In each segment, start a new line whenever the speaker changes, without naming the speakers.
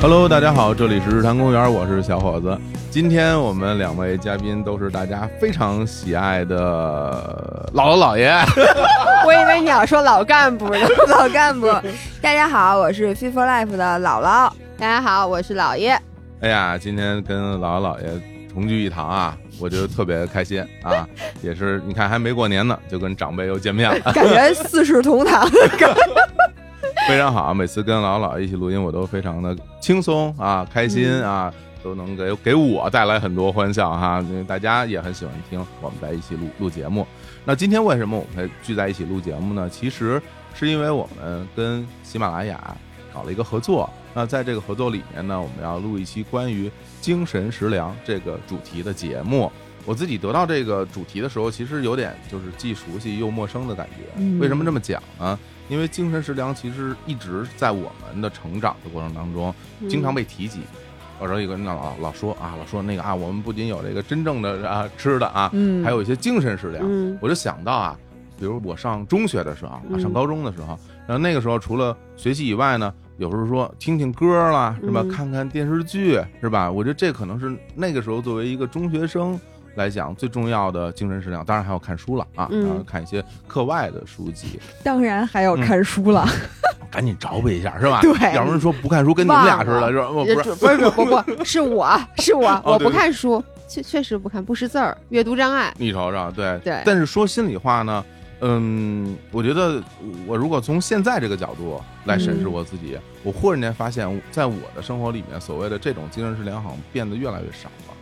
Hello，大家好，这里是日坛公园，我是小伙子。今天我们两位嘉宾都是大家非常喜爱的姥姥姥爷，
我以为你要说老干部呢，老干部。大家好，我是 Fit for Life 的姥姥。大家好，我是姥 爷。
哎呀，今天跟姥姥姥爷同聚一堂啊，我觉得特别开心啊，也是你看还没过年呢，就跟长辈又见面了，
感觉四世同堂。
非常好。啊每次跟姥姥姥爷一起录音，我都非常的轻松啊，开心啊，都能给给我带来很多欢笑哈、因为大家也很喜欢听我们在一起录录节目。那今天为什么我们才聚在一起录节目呢？其实是因为我们跟喜马拉雅搞了一个合作。那在这个合作里面呢，我们要录一期关于精神食粮这个主题的节目。我自己得到这个主题的时候，其实有点就是既熟悉又陌生的感觉。
嗯
为什么这么讲呢？因为精神食粮其实一直在我们的成长的过程当中，
嗯
经常被提及。有时候有个人老老说啊，老说那个啊，我们不仅有这个真正的啊吃的啊，
嗯
还有一些精神食粮。
嗯
我就想到啊，比如我上中学的时候啊，
嗯
上高中的时候，然后那个时候除了学习以外呢，有时候说听听歌啦，是吧？
嗯
看看电视剧，是吧？我觉得这可能是那个时候作为一个中学生来讲最重要的精神食粮，当然还要看书了啊，
嗯
然后看一些课外的书籍，
当然
嗯
还要看书了，
赶紧找补一下，是吧？
对
要不然说不看书跟你们俩似的，是吧？哦我不是，
不是不不 不，是我是我，我不看书，确确实不看，不识字儿，阅读障碍。
你瞅瞅，对
对
但是说心里话呢，嗯，我觉得我如果从现在这个角度来审
嗯
视我自己，我忽然间发现，在我的生活里面，所谓的这种精神食粮好像变得越来越少了。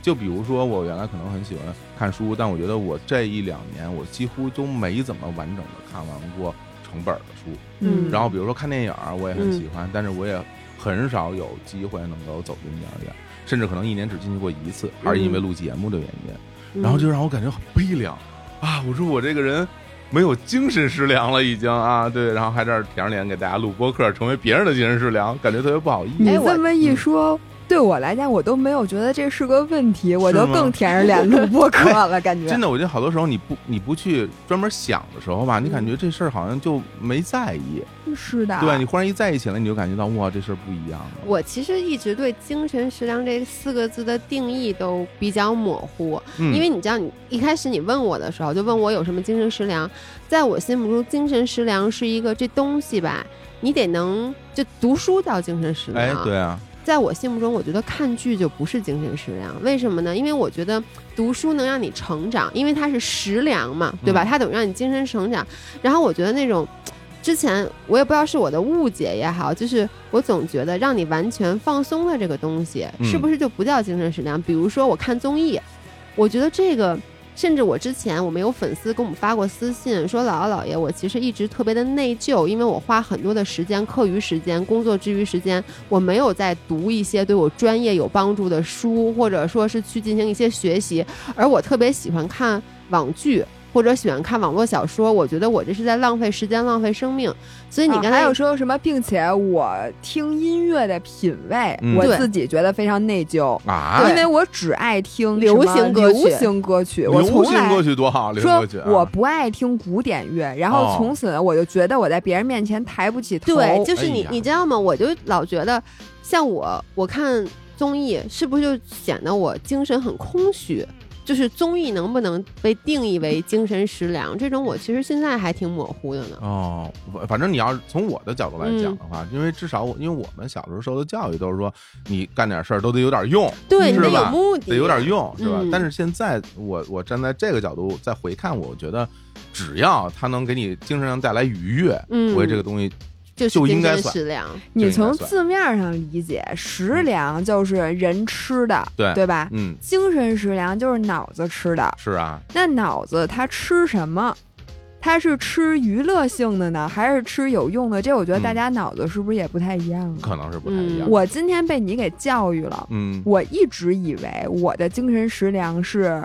就比如说，我原来可能很喜欢看书，但我觉得我这一两年，我几乎都没怎么完整的看完过成本儿的书。
嗯
然后比如说看电影儿，我也很喜欢，但是我也很少有机会能够走进电影院，甚至可能一年只进去过一次，
嗯
还是因为录节目的原因。然后就让我感觉很悲凉啊！我说我这个人没有精神食粮了，已经啊，对，然后还在这儿舔着脸给大家录播客，成为别人的精神食粮，感觉特别不好意思。
你
哎我
这么一说，对我来讲，我都没有觉得这是个问题，我都更舔着脸录播客了，感觉
真。的，我觉得好多时候你不你不去专门想的时候吧，你感觉这事儿好像就没在意，
是的，
对你忽然一在意起来，你就感觉到哇，这事儿不一样了。
我其实一直对“精神食粮”这四个字的定义都比较模糊，
嗯，
因为你知道，你一开始你问我的时候，就问我有什么精神食粮，在我心目中，精神食粮是一个这东西吧，你得能就读书叫精神食
哎
粮，，
对啊，
在我心目中，我觉得看剧就不是精神食粮，为什么呢？因为我觉得读书能让你成长，因为它是食粮嘛，对吧？
嗯
它等于让你精神成长。然后我觉得那种，之前我也不知道是我的误解也好，就是我总觉得让你完全放松的这个东西，
嗯
是不是就不叫精神食粮？比如说我看综艺，我觉得这个。甚至我之前我们有粉丝给我们发过私信，说姥姥姥爷，我其实一直特别的内疚，因为我花很多的时间、课余时间、工作之余时间，我没有在读一些对我专业有帮助的书，或者说是去进行一些学习，而我特别喜欢看网剧。或者喜欢看网络小说，我觉得我这是在浪费时间、浪费生命。所以你
啊
刚才、
还有说什么，并且我听音乐的品味，
嗯
我
对
自己觉得非常内疚，
啊，
因为我只爱听
流行
什么
歌曲
流行歌曲，我
流
从
行
来
歌曲多好，流行
说
歌曲啊，
我不爱听古典乐，然
哦
后从此我就觉得我在别人面前抬不起头。
对，就是你
哎呀，
你知道吗？我就老觉得，像我，我看综艺是不是就显得我精神很空虚？就是综艺能不能被定义为精神食粮？这种我其实现在还挺模糊的呢。
哦，我反正你要是从我的角度来讲的话，因为至少我，因为我们小时候受的教育都是说，你干点事儿都得有点用，
对，
嗯
你得
是
有
吧
目的，
得有点用，是吧？
嗯
但是现在我我站在这个角度再回看，我觉得只要它能给你精神上带来愉悦，
嗯，
我觉得这个东西
就是
就应该
精神
算
食粮。
你
就应
从
该算嗯
字面上理解，食粮就是人吃的，
对
对吧？
嗯
精神食粮就是脑子吃的。
是啊，
那脑子它吃什么？它是吃娱乐性的呢，还是吃有用的？这我觉得
嗯
大家脑子是不是也不太一样啊？
可能是不太一
嗯
样。
我今天被你给教育了，
嗯，
我一直以为我的精神食粮是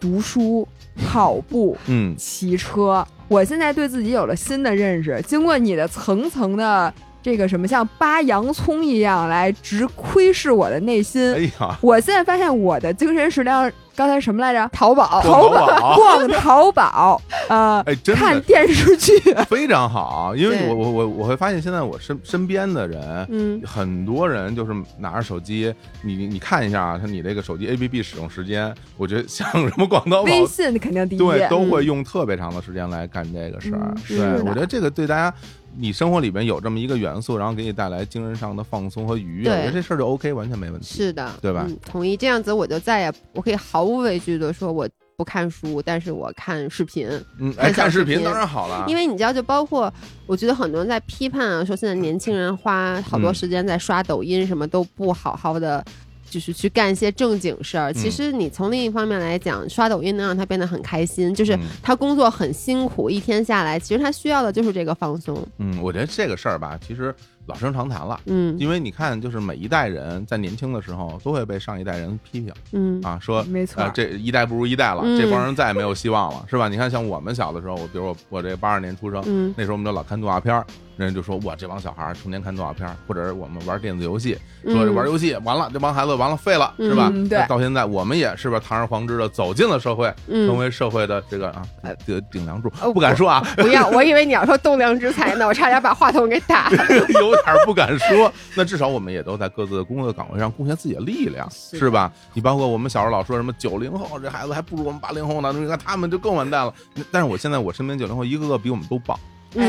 读书、跑步、
嗯
骑车。我现在对自己有了新的认识，经过你的层层的这个什么像扒洋葱一样来直窥视我的内心。
哎呀，
我现在发现我的精神食粮，刚才什么来着？淘宝，
淘
宝，
宝
逛淘宝，呃，
啊哎， 真
看
的
电视剧，
非常好，啊因为
对
我我我我会发现现在我身身边的人。
嗯，
很多人就是拿着手机，你你你看一下啊，他你这个手机 APP 使用时间，我觉得像什么广 告宝
微信肯定第一。
对，都
嗯
会用特别长的时间来干这个事儿。
嗯
是
对，
的
我觉得这个对大家，你生活里边有这么一个元素，然后给你带来精神上的放松和愉悦，
对
我觉得这事儿就 OK，完全没问题。
是的，
对吧
嗯，同意。这样子我就再也我可以毫无畏惧的说我不看书，但是我看视频，
嗯，哎，
看小
看视
视
频
频
当然好了，
因为你知道，就包括我觉得很多人在批判啊，说现在年轻人花好多
嗯
时间在刷抖音，什么都不好好的。就是去干一些正经事儿。
嗯
其实你从另一方面来讲，刷抖音能让他变得很开心，就是
嗯
他工作很辛苦，一天下来，其实他需要的就是这个放松。
嗯，我觉得这个事儿吧，其实老生常谈了。
嗯
因为你看，就是每一代人在年轻的时候都会被上一代人批评
嗯
啊，说
没错
啊，这一代不如一代了，
嗯
这帮人再也没有希望了，是吧？你看，像我们小的时候，我比如我我这八二年出生，
嗯
那时候我们就老看动画片儿，人家就说哇，这帮小孩儿成天看动画片儿，或者是我们玩电子游戏，说
嗯
玩游戏完了，这帮孩子完了废了，是吧？
嗯对
那到现在我们也是吧，堂而皇之的走进了社会，成
嗯，
为社会的这个啊
呃
顶顶梁柱
呃，
不敢说啊，。
不要，我以为你要说栋梁之才呢，我差点把话筒给打
有点儿不敢说。 那至少我们也都在各自的工作岗位上贡献自己的力量，
是
是吧？你包括我们小时候老说什么九零后这孩子还不如我们八零后呢，你看他们就更完蛋了。但是我现在我身边九零后一个个比我们都棒，
嗯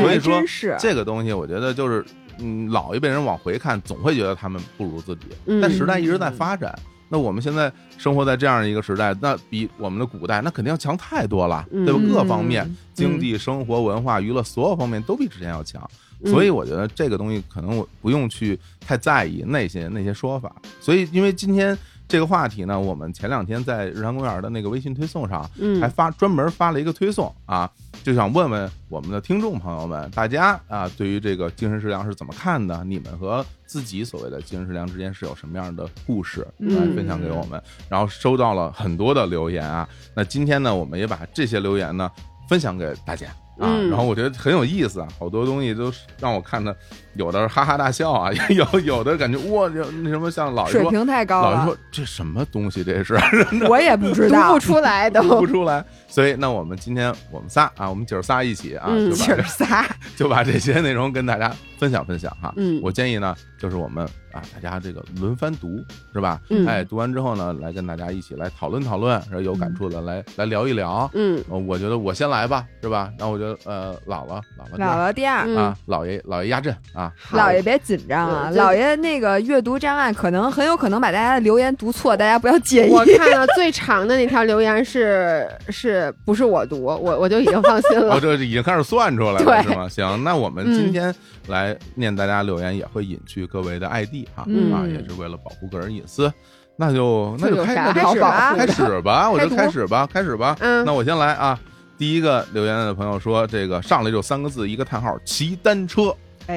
所以
哎
说
真是
这个东西我觉得就是。嗯，老一辈人往回看，总会觉得他们不如自己，
嗯
但时代一直在发展。那我们现在生活在这样一个时代，那比我们的古代那肯定要强太多了，
嗯
对吧？各方面，
嗯
经济、生活、文化、娱乐，所有方面都比之前要强。所以我觉得这个东西可能我不用去太在意那些那些说法。所以，因为今天这个话题呢，我们前两天在日坛公园的那个微信推送上
嗯
还发专门发了一个推送啊，就想问问我们的听众朋友们，大家啊对于这个精神食粮是怎么看的？你们和自己所谓的精神食粮之间是有什么样的故事来
嗯
分享给我们？然后收到了很多的留言啊，那今天呢，我们也把这些留言呢分享给大家。啊，
嗯
然后我觉得很有意思啊，好多东西都是让我看的，有的是哈哈大笑啊， 有有的感觉哇，这那什么像老爷
水
说，
平太高啊
老爷
了
说，这什么东西这是，
我也不知
读
道
不。 出来 都。
哦
读不出来。所以，那我们今天我们仨啊，我们姐儿仨一起啊，
嗯
就把
姐儿
这
仨，
就把这些内容跟大家分享分享哈。
嗯
我建议呢，就是我们啊，大家这个轮番读是吧？
嗯
哎，读完之后呢，来跟大家一起来讨论讨论，然后有感触的来来聊一聊。
嗯
呃我觉得我先来吧，是吧？那我觉得呃，姥姥姥姥
姥姥第二，
嗯
啊，姥爷姥爷压阵啊，
好
姥爷别紧张啊，
对就
姥爷那个阅读障碍，可能很有可能把大家的留言读错，大家不要介意。
我看了最长的那条留言是， 是不是我读？我我就已经放心
哦，
了。
这已经开始算出来了
对
是吗？行，那我们今天来念大家留言，也会隐去各位的 ID 哈、
嗯
啊，也是为了保护个人隐私。那就那
这
就
有
开
啥
那就
好保护
开
的
始吧，我就
开读
开始吧，开始吧。
嗯
那我先来啊。第一个留言的朋友说，这个上来就三个字，一个叹号，骑单车。
哎，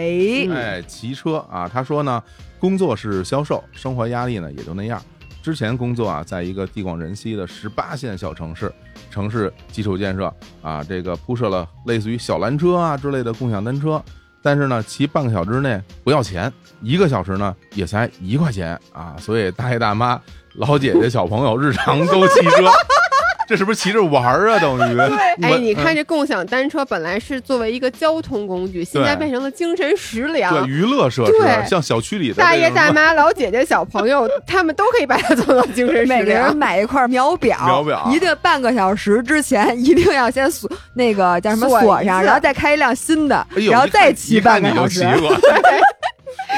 嗯
哎，骑车啊，他说呢，工作是销售，生活压力呢也就那样。之前工作啊，在一个地广人稀的十八线小城市，城市基础建设啊，这个铺设了类似于小蓝车啊之类的共享单车，但是呢，骑半个小时内不要钱，一个小时呢也才一块钱啊，所以大爷大妈、老姐姐、小朋友日常都骑车， 这是不是骑着玩儿啊？等于
哎，
我
你
嗯
看这共享单车本来是作为一个交通工具，现在变成了精神食
对
粮。
娱乐设
对
施，啊像小区里的
大
这
爷
种
大妈、老姐姐、小 朋友，他们都可以把它做到精神食
每个人
粮。
买一块秒表，
秒表
一定半个小时之前一定要先锁那个叫什么
锁一
锁上，
下
然后再开一辆新的
哎，呦
然后
一看
再骑
一看
半个
你
小
就骑。
时嗯
过。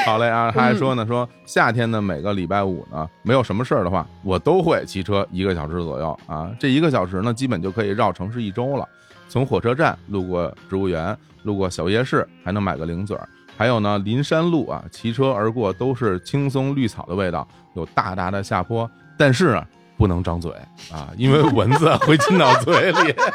好嘞啊，他还说呢，说夏天的每个礼拜五呢，没有什么事儿的话，我都会骑车一个小时左右啊。这一个小时呢，基本就可以绕城市一周了。从火车站路过植物园，路过小夜市，还能买个零嘴儿。还有呢，林山路啊，骑车而过都是青松绿草的味道，有大大的下坡，但是呢，不能张嘴啊，因为蚊子会进到嘴里。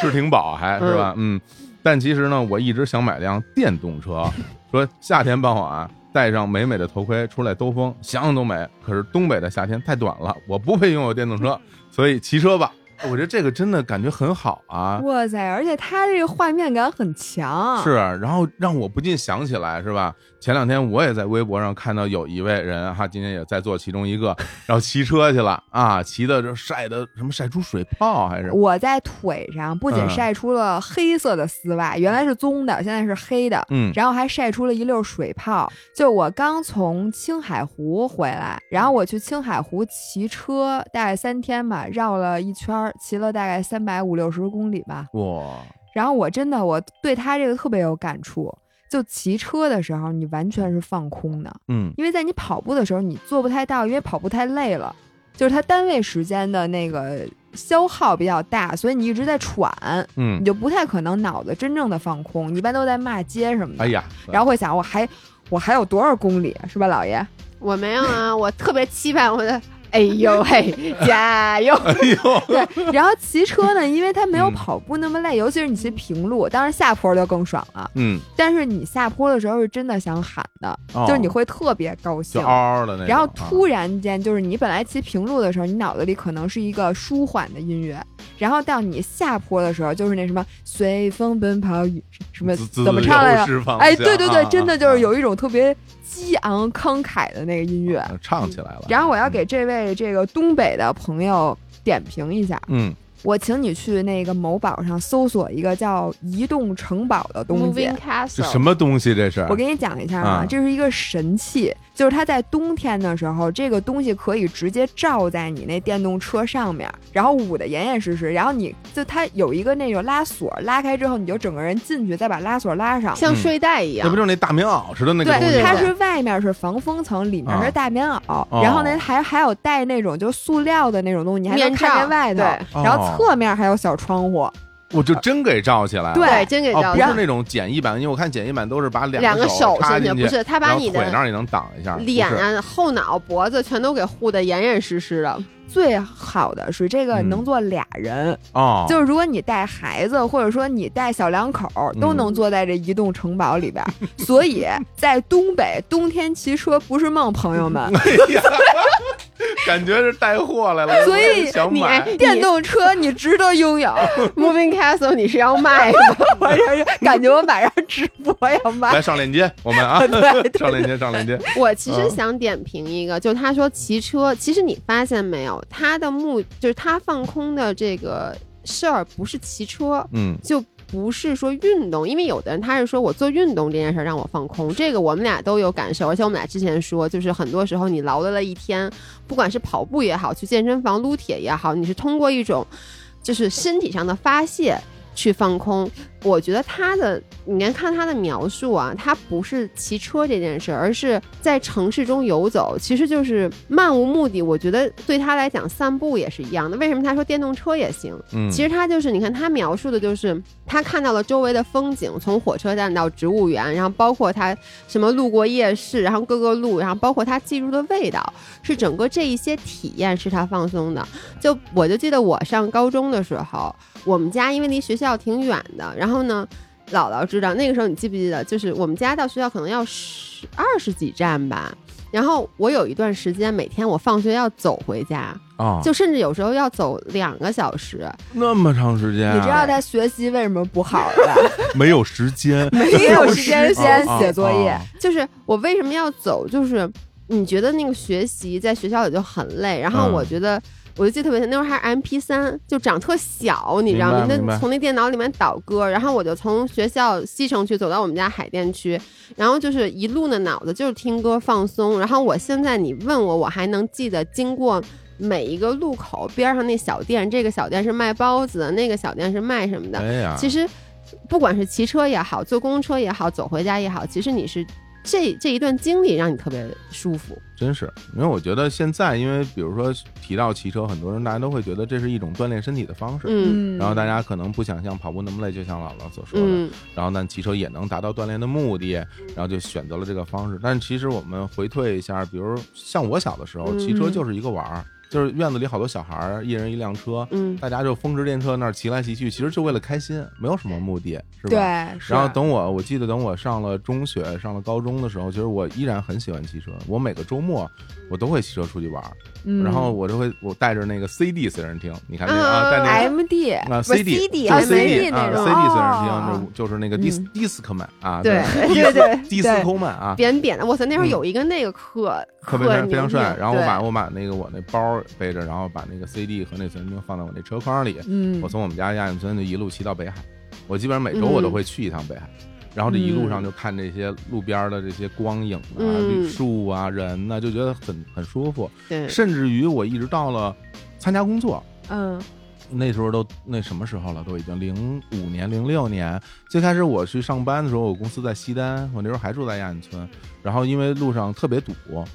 吃挺饱还是吧？嗯，但其实呢，我一直想买辆电动车，说夏天傍晚、戴上美美的头盔出来兜风，想想都美。可是东北的夏天太短了，我不配拥有电动车，所以骑车吧。我觉得这个真的感觉很好啊，
哇塞！而且它这个画面感很强，
是，啊然后让我不禁想起来，是吧？前两天我也在微博上看到有一位人哈，今天也在做其中一个，然后骑车去了啊，骑的就晒的什么晒出水泡还是
我在腿上不仅
嗯
晒出了黑色的丝袜，原来是棕的，现在是黑的，
嗯
然后还晒出了一溜水泡。就我刚从青海湖回来，然后我去青海湖骑车，大概三天吧，绕了一圈儿，骑了大概三百五六十公里吧。
哇，
然后我真的我对它这个特别有感触。就骑车的时候，你完全是放空的，
嗯
因为在你跑步的时候，你做不太到，因为跑步太累了，就是它单位时间的那个消耗比较大，所以你一直在喘，你
嗯，
就不太可能脑子真正的放空，你一般都在骂街什么的。
哎呀，
然后会想我还我还有多少公里是吧，老爷？
我没有啊，我特别期盼我的，哎呦嘿，加油！
哎呦，
对， 然后骑车呢，因为它没有
嗯
跑步那么累，尤其是你骑平路，当然下坡就更爽了。
嗯，
但是你下坡的时候是真的想喊的，
哦
就是你会特别高兴
就。嗷嗷的那种啊，
然后突然间，就是你本来骑平路的时候，你脑子里可能是一个舒缓的音乐，然后到你下坡的时候，就是那什么随风奔跑，雨什么
自自
怎么唱来着？
由释放
哎，
下
对对对，
啊
真的
啊
就是
啊
有一种特别激昂慷慨的那个音乐。
唱起来了。
然后我要给这位这个东北的朋友点评一下，
嗯
我请你去那个某宝上搜索一个叫“移动城堡”的东西
Moving。Castle，
这什么东西这是？
我给你讲一下啊
啊，
这是一个神器，就是它在冬天的时候，这个东西可以直接罩在你那电动车上面，然后捂得严严实实，然后你就它有一个那种拉锁，拉开之后你就整个人进去，再把拉锁拉上。
像睡袋一
那
样
不？就是那大棉袄似的那个东西
对，
吗？
它是外面是防风层，里面是大棉袄，
哦
然后呢还还有带那种就塑料的那种东西，你还能
面
看
罩
见外头。
对
哦
然后侧面还有小窗户，
我就真给罩起来了。
对
对，真给
哦，
照
不是
相。
那种简易版，因为我看简易版都是把
两
个
个手
插
伸
进
不是，他把
然后
你
腿那
的
儿也能挡一下，不
脸
是
啊、后脑、脖子全都给护得严严实实的。
最好的是这个
嗯
能坐俩人，
哦，
就是如果你带孩子，或者说你带小两口，
嗯
都能坐在这移动城堡里边。 所以在东北，冬天骑车不是梦，朋 友们。
哎呀，感觉是带货来了，
所以
想
你哎
买，
电动车你值得 拥有，
Moving Castle 你是要卖的，
我这是感觉我晚上直播 要卖
来。上链接，我们 啊， 上链接，上链接，
我其实
嗯
想点评一个，就他说骑车，其实你发现没有，他的目就是他放空的这个事儿不是骑车，
嗯，
就不是说运动，因为有的人他是说我做运动这件事儿让我放空，这个我们俩都有感受，而且我们俩之前说，就是很多时候你劳累了一天，不管是跑步也好，去健身房撸铁也好，你是通过一种就是身体上的发泄。去放空，我觉得他的，你看看他的描述啊，他不是骑车这件事儿，而是在城市中游走，其实就是漫无目的。我觉得对他来讲，散步也是一样的。为什么他说电动车也行？
嗯，
其实他就是，你看他描述的就是他看到了周围的风景，从火车站到植物园，然后包括他什么路过夜市，然后各个路，然后包括他记住的味道，是整个这一些体验是他放松的。就我就记得我上高中的时候，我们家因为离学校挺远的，然后呢，姥姥知道那个时候你记不记得，就是我们家到学校可能要十二十几站吧。然后我有一段时间，每天我放学要走回家，
啊，
就甚至有时候要走两个小时。
那么长时间啊，
你知道他学习为什么不好 了吧？
没有时间，
没有时间先写作业
啊，，
就是我为什么要走，就是你觉得那个学习在学校里就很累，然后
嗯
我觉得。我就记得特别清，那会儿还是 M P 三，就长特小，你知道吗？
明白
那
明白
从那电脑里面导歌，然后我就从学校西城区走到我们家海淀区，然后就是一路的脑子就是听歌放松。然后我现在你问我，我还能记得经过每一个路口边上那小店，这个小店是卖包子，那个小店是卖什么的
啊，哎呀，
其实不管是骑车也好，坐公车也好，走回家也好，其实你是这这一段经历让你特别舒服。
真是，因为我觉得现在，因为比如说提到骑车，很多人大家都会觉得这是一种锻炼身体的方式。
嗯
嗯，
然后大家可能不想像跑步那么累，就像姥姥所说的，
嗯，
然后但骑车也能达到锻炼的目的，然后就选择了这个方式。但其实我们回退一下，比如像我小的时候，
嗯
骑车就是一个玩儿，就是院子里好多小孩儿，一人一辆车，
嗯，
大家就风驰电掣那儿骑来骑去，其实就为了开心，没有什么目的，是吧？
对，是
然后等我，我记得等我上了中学、上了高中的时候，其实我依然很喜欢骑车。我每个周末我都会骑车出去玩儿，
嗯
然后我就会我带着那个 CD 随身听，你看那个
啊
啊，带那个
M D
啊
啊
CD
啊
啊
CD
啊
那种
CD 随身
哦
听，就就是那个
嗯
dis discman 啊，
对
对
对对对，
，discman 啊，
扁扁的，哇塞，那会儿
嗯
有一个那个可
特
可
别非
牛
非常
逼
帅。然后我
对
把我把那个我那包背着，然后把那个 CD 和那随身听放在我那车筐里，
嗯
我从我们家亚运村就一路骑到北海，我基本上每周
嗯
我都会去一趟北海，然后这一路上就看这些路边的这些光影啊、
嗯
绿树啊、人呐、就觉得很很舒服。
对
甚至于我一直到了参加工作，
嗯
那时候都那什么时候了？都已经零五年、零六年。最开始我去上班的时候，我公司在西单，我那时候还住在亚运村。然后因为路上特别堵，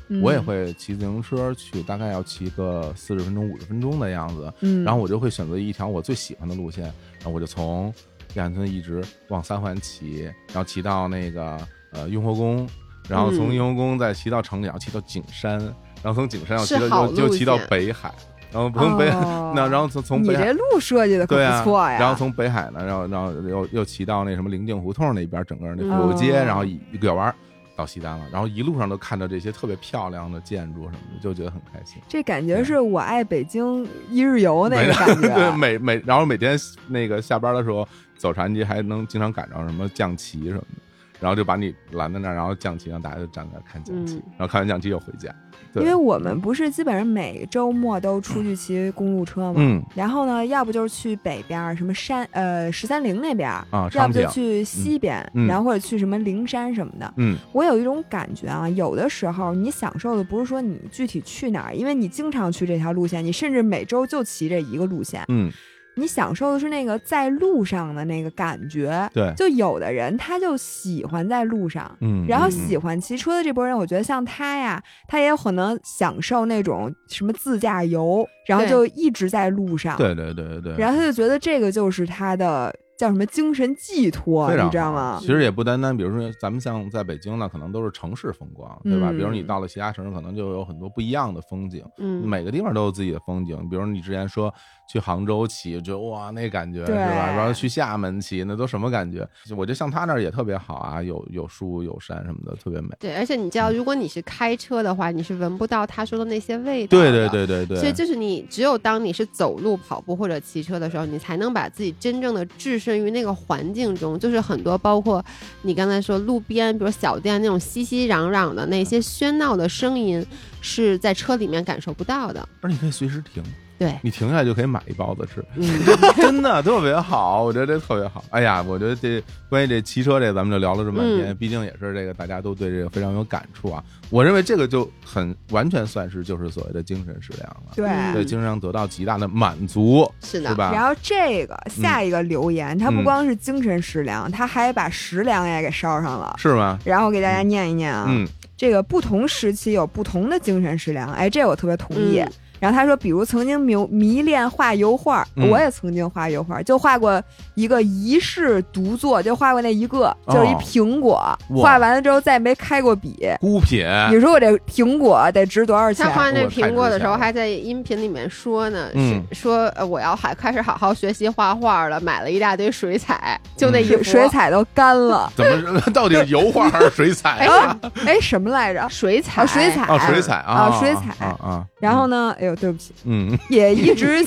嗯
我也会骑自行车去，大概要骑个四十分钟、五十分钟的样子。
嗯，
然后我就会选择一条我最喜欢的路线，然后我就从亚运村一直往三环骑，然后骑到那个呃雍和宫，然后从
嗯
雍和宫再骑到城里，然后骑到景山，然后从景山要骑
是
到
好
又又
路
骑到
线
北海，然后从北海，
哦
那然后从从
你
北海
这路设计的可
对啊
不错呀，
然后从北海呢，然后然后又又骑到那什么灵境胡同那边，整个那古楼街，
哦
然后一一拐弯儿到西单了，然后一路上都看到这些特别漂亮的建筑什么的，就觉得很开心。
这感觉是我爱北京一日游那个
每
感
对，
觉，啊
每每然后每天那个下班的时候走茶机还能经常赶上什么降旗什么的，然后就把你拦在那儿，然后降旗，让大家就站在那儿看降旗，
嗯
然后看完降旗又回家。对
因为我们不是基本上每周末都出去骑公路车嘛，
嗯
然后呢，要不就是去北边儿什么山，呃，十三陵那边儿，
啊
要不
昌
就
平
去西边，
嗯
然后或者去什么灵山什么的。
嗯，
我有一种感觉啊，有的时候你享受的不是说你具体去哪儿，因为你经常去这条路线，你甚至每周就骑这一个路线，
嗯，
你享受的是那个在路上的那个感觉。
对，
就有的人他就喜欢在路上。
嗯，
然后
嗯
喜欢骑车的这波人，我觉得像他呀，他也有可能享受那种什么自驾游，然后
对
就一直在路上。
对对对对对。
然后他就觉得这个就是他的叫什么精神寄托，
非常
你知道
好
吗
其？实也不单单，比如说咱们像在北京呢，可能都是城市风光，对吧？
嗯
比如你到了其他城市，可能就有很多不一样的风景。
嗯
每个地方都有自己的风景，比如你之前说去杭州骑，就哇那感觉是
对
吧？然后去厦门骑，那都什么感觉？我觉得像他那儿也特别好啊，有有树有山什么的，特别美。
对，而且你知
嗯
道，如果你是开车的话，你是闻不到他说的那些味道。
对对。对对对，
所以就是你，只有当你是走路、跑步或者骑车的时候，你才能把自己真正的置身于那个环境中。就是很多包括你刚才说路边，比如小店那种熙熙攘攘的那些喧闹的声音，是在车里面感受不到的。
而且你可以随时停，
对，
你停下来就可以买一包子吃，
嗯，
真的特别好，我觉得这特别好。哎呀，我觉得这关于这骑车这，咱们就聊了这么半天，
嗯
毕竟也是这个大家都对这个非常有感触啊。我认为这个就很完全算是就是所谓的精神食粮了，
对。
嗯
对精神上得到极大的满足，
是的，
是吧？
然后这个
嗯
下一个留言，他不光是精神食粮，他还把食粮也给捎上了。
是吗？
然后我给大家念一念啊，
嗯
这个不同时期有不同的精神食粮，哎，这我特别同意。
嗯
然后他说，比如曾经迷迷恋画油画，
嗯
我也曾经画油画，就画过一个一世独作，就画过那一个，就是一
哦
苹果，
哇哎
画完了之后再没开过笔。
孤品，
你说我这苹果得值多少钱
他？画那
我太
苹果的时候，
值钱了
还在音频里面说呢，
嗯
是说呃我要还开始好好学习画画了，买了一大堆水彩，就那
嗯
一
水
幅
水彩都干了。
怎么是 到底是油画还是水彩
哎
啊？
呀
啊，哎，什么来着？
水彩
哦水彩
哦，水彩啊，
啊水彩
啊啊。
然后呢？哎呦，对不起，
嗯，
也一 直，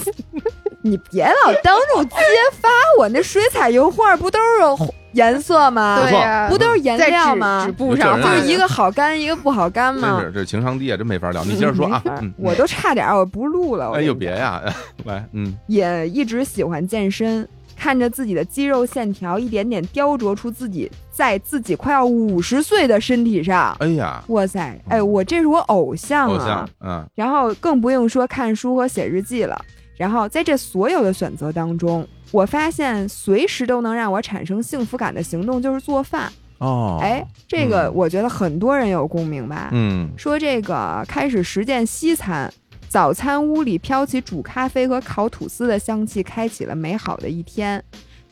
你别老当众揭发我那水彩油画，不都是颜色吗
不
对？
错嗯
呀、
不都是
呃在
颜
纸
料吗
纸？布上
有证
就
画
人
是
的
一个好干，一个不好干
嗯
嘛
真。是这情商低啊，真没法聊。你接着说啊
没法，
嗯，
我都差点儿我不录了。我
哎呦
跟你
别
讲
呀，来，嗯
也一直喜欢健身，看着自己的肌肉线条一点点雕琢出自己在自己快要五十岁的身体上。
哎呀，
哇塞，哎，我这是我偶像啊！
嗯偶像，嗯
然后更不用说看书和写日记了。然后在这所有的选择当中，我发现随时都能让我产生幸福感的行动就是做饭。
哦，
哎，这个
嗯
我觉得很多人有共鸣吧。
嗯，
说这个开始实践西餐，早餐屋里飘起煮咖啡和烤吐司的香气，开启了美好的一天。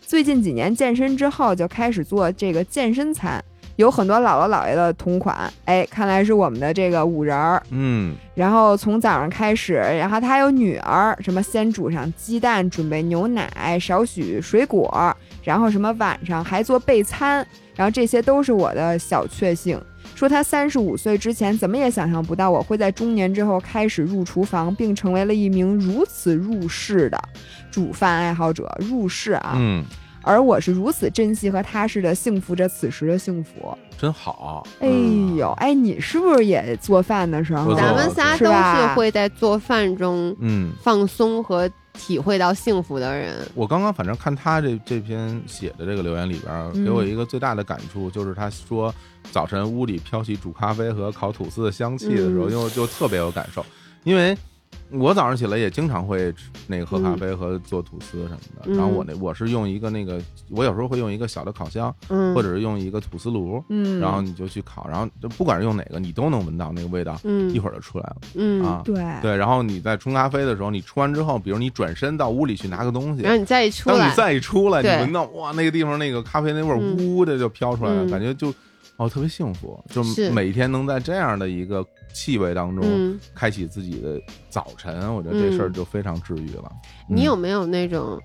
最近几年健身之后，就开始做这个健身餐，有很多姥姥姥爷的同款，哎，看来是我们的这个五仁儿。
嗯，
然后从早上开始，然后他还有女儿，什么先煮上鸡蛋，准备牛奶，少许水果，然后什么晚上还做备餐，然后这些都是我的小确幸。说他三十五岁之前怎么也想象不到我会在中年之后开始入厨房，并成为了一名如此入世的煮饭爱好者。入世啊，
嗯，
而我是如此珍惜和踏实的幸福着此时的幸福。
真好。
哎
嗯，
呦，哎，你是不是也做饭的时候？
我做
咱们仨都
是吧
是会在做饭中
嗯，
放松和体会到幸福的人。
我刚刚反正看他这这篇写的这个留言里边儿，
嗯
给我一个最大的感触就是他说早晨屋里飘起煮咖啡和烤吐司的香气的时候，
嗯
就就特别有感受，因为。我早上起来也经常会吃那个喝咖啡和做吐司什么的，
嗯
然后我那我是用一个那个，我有时候会用一个小的烤箱，
嗯，
或者是用一个吐司炉，
嗯，
然后你就去烤，然后就不管是用哪个，你都能闻到那个味道，一
嗯
会儿就出来了
嗯，
啊。
对，
对，然后你在冲咖啡的时候，你冲完之后，比如你转身到屋里去拿个东西，
然后你再一出
当
来
你，再一出来，你
对
闻到哇，那个地方那个咖啡那味儿
嗯
呜的就飘出来了，
嗯
感觉就哦特别幸福，就是每天能在这样的一个气味当中
嗯，
开启自己的早晨，我觉得这事儿
嗯
就非常治愈了。
你
嗯
有没有那种，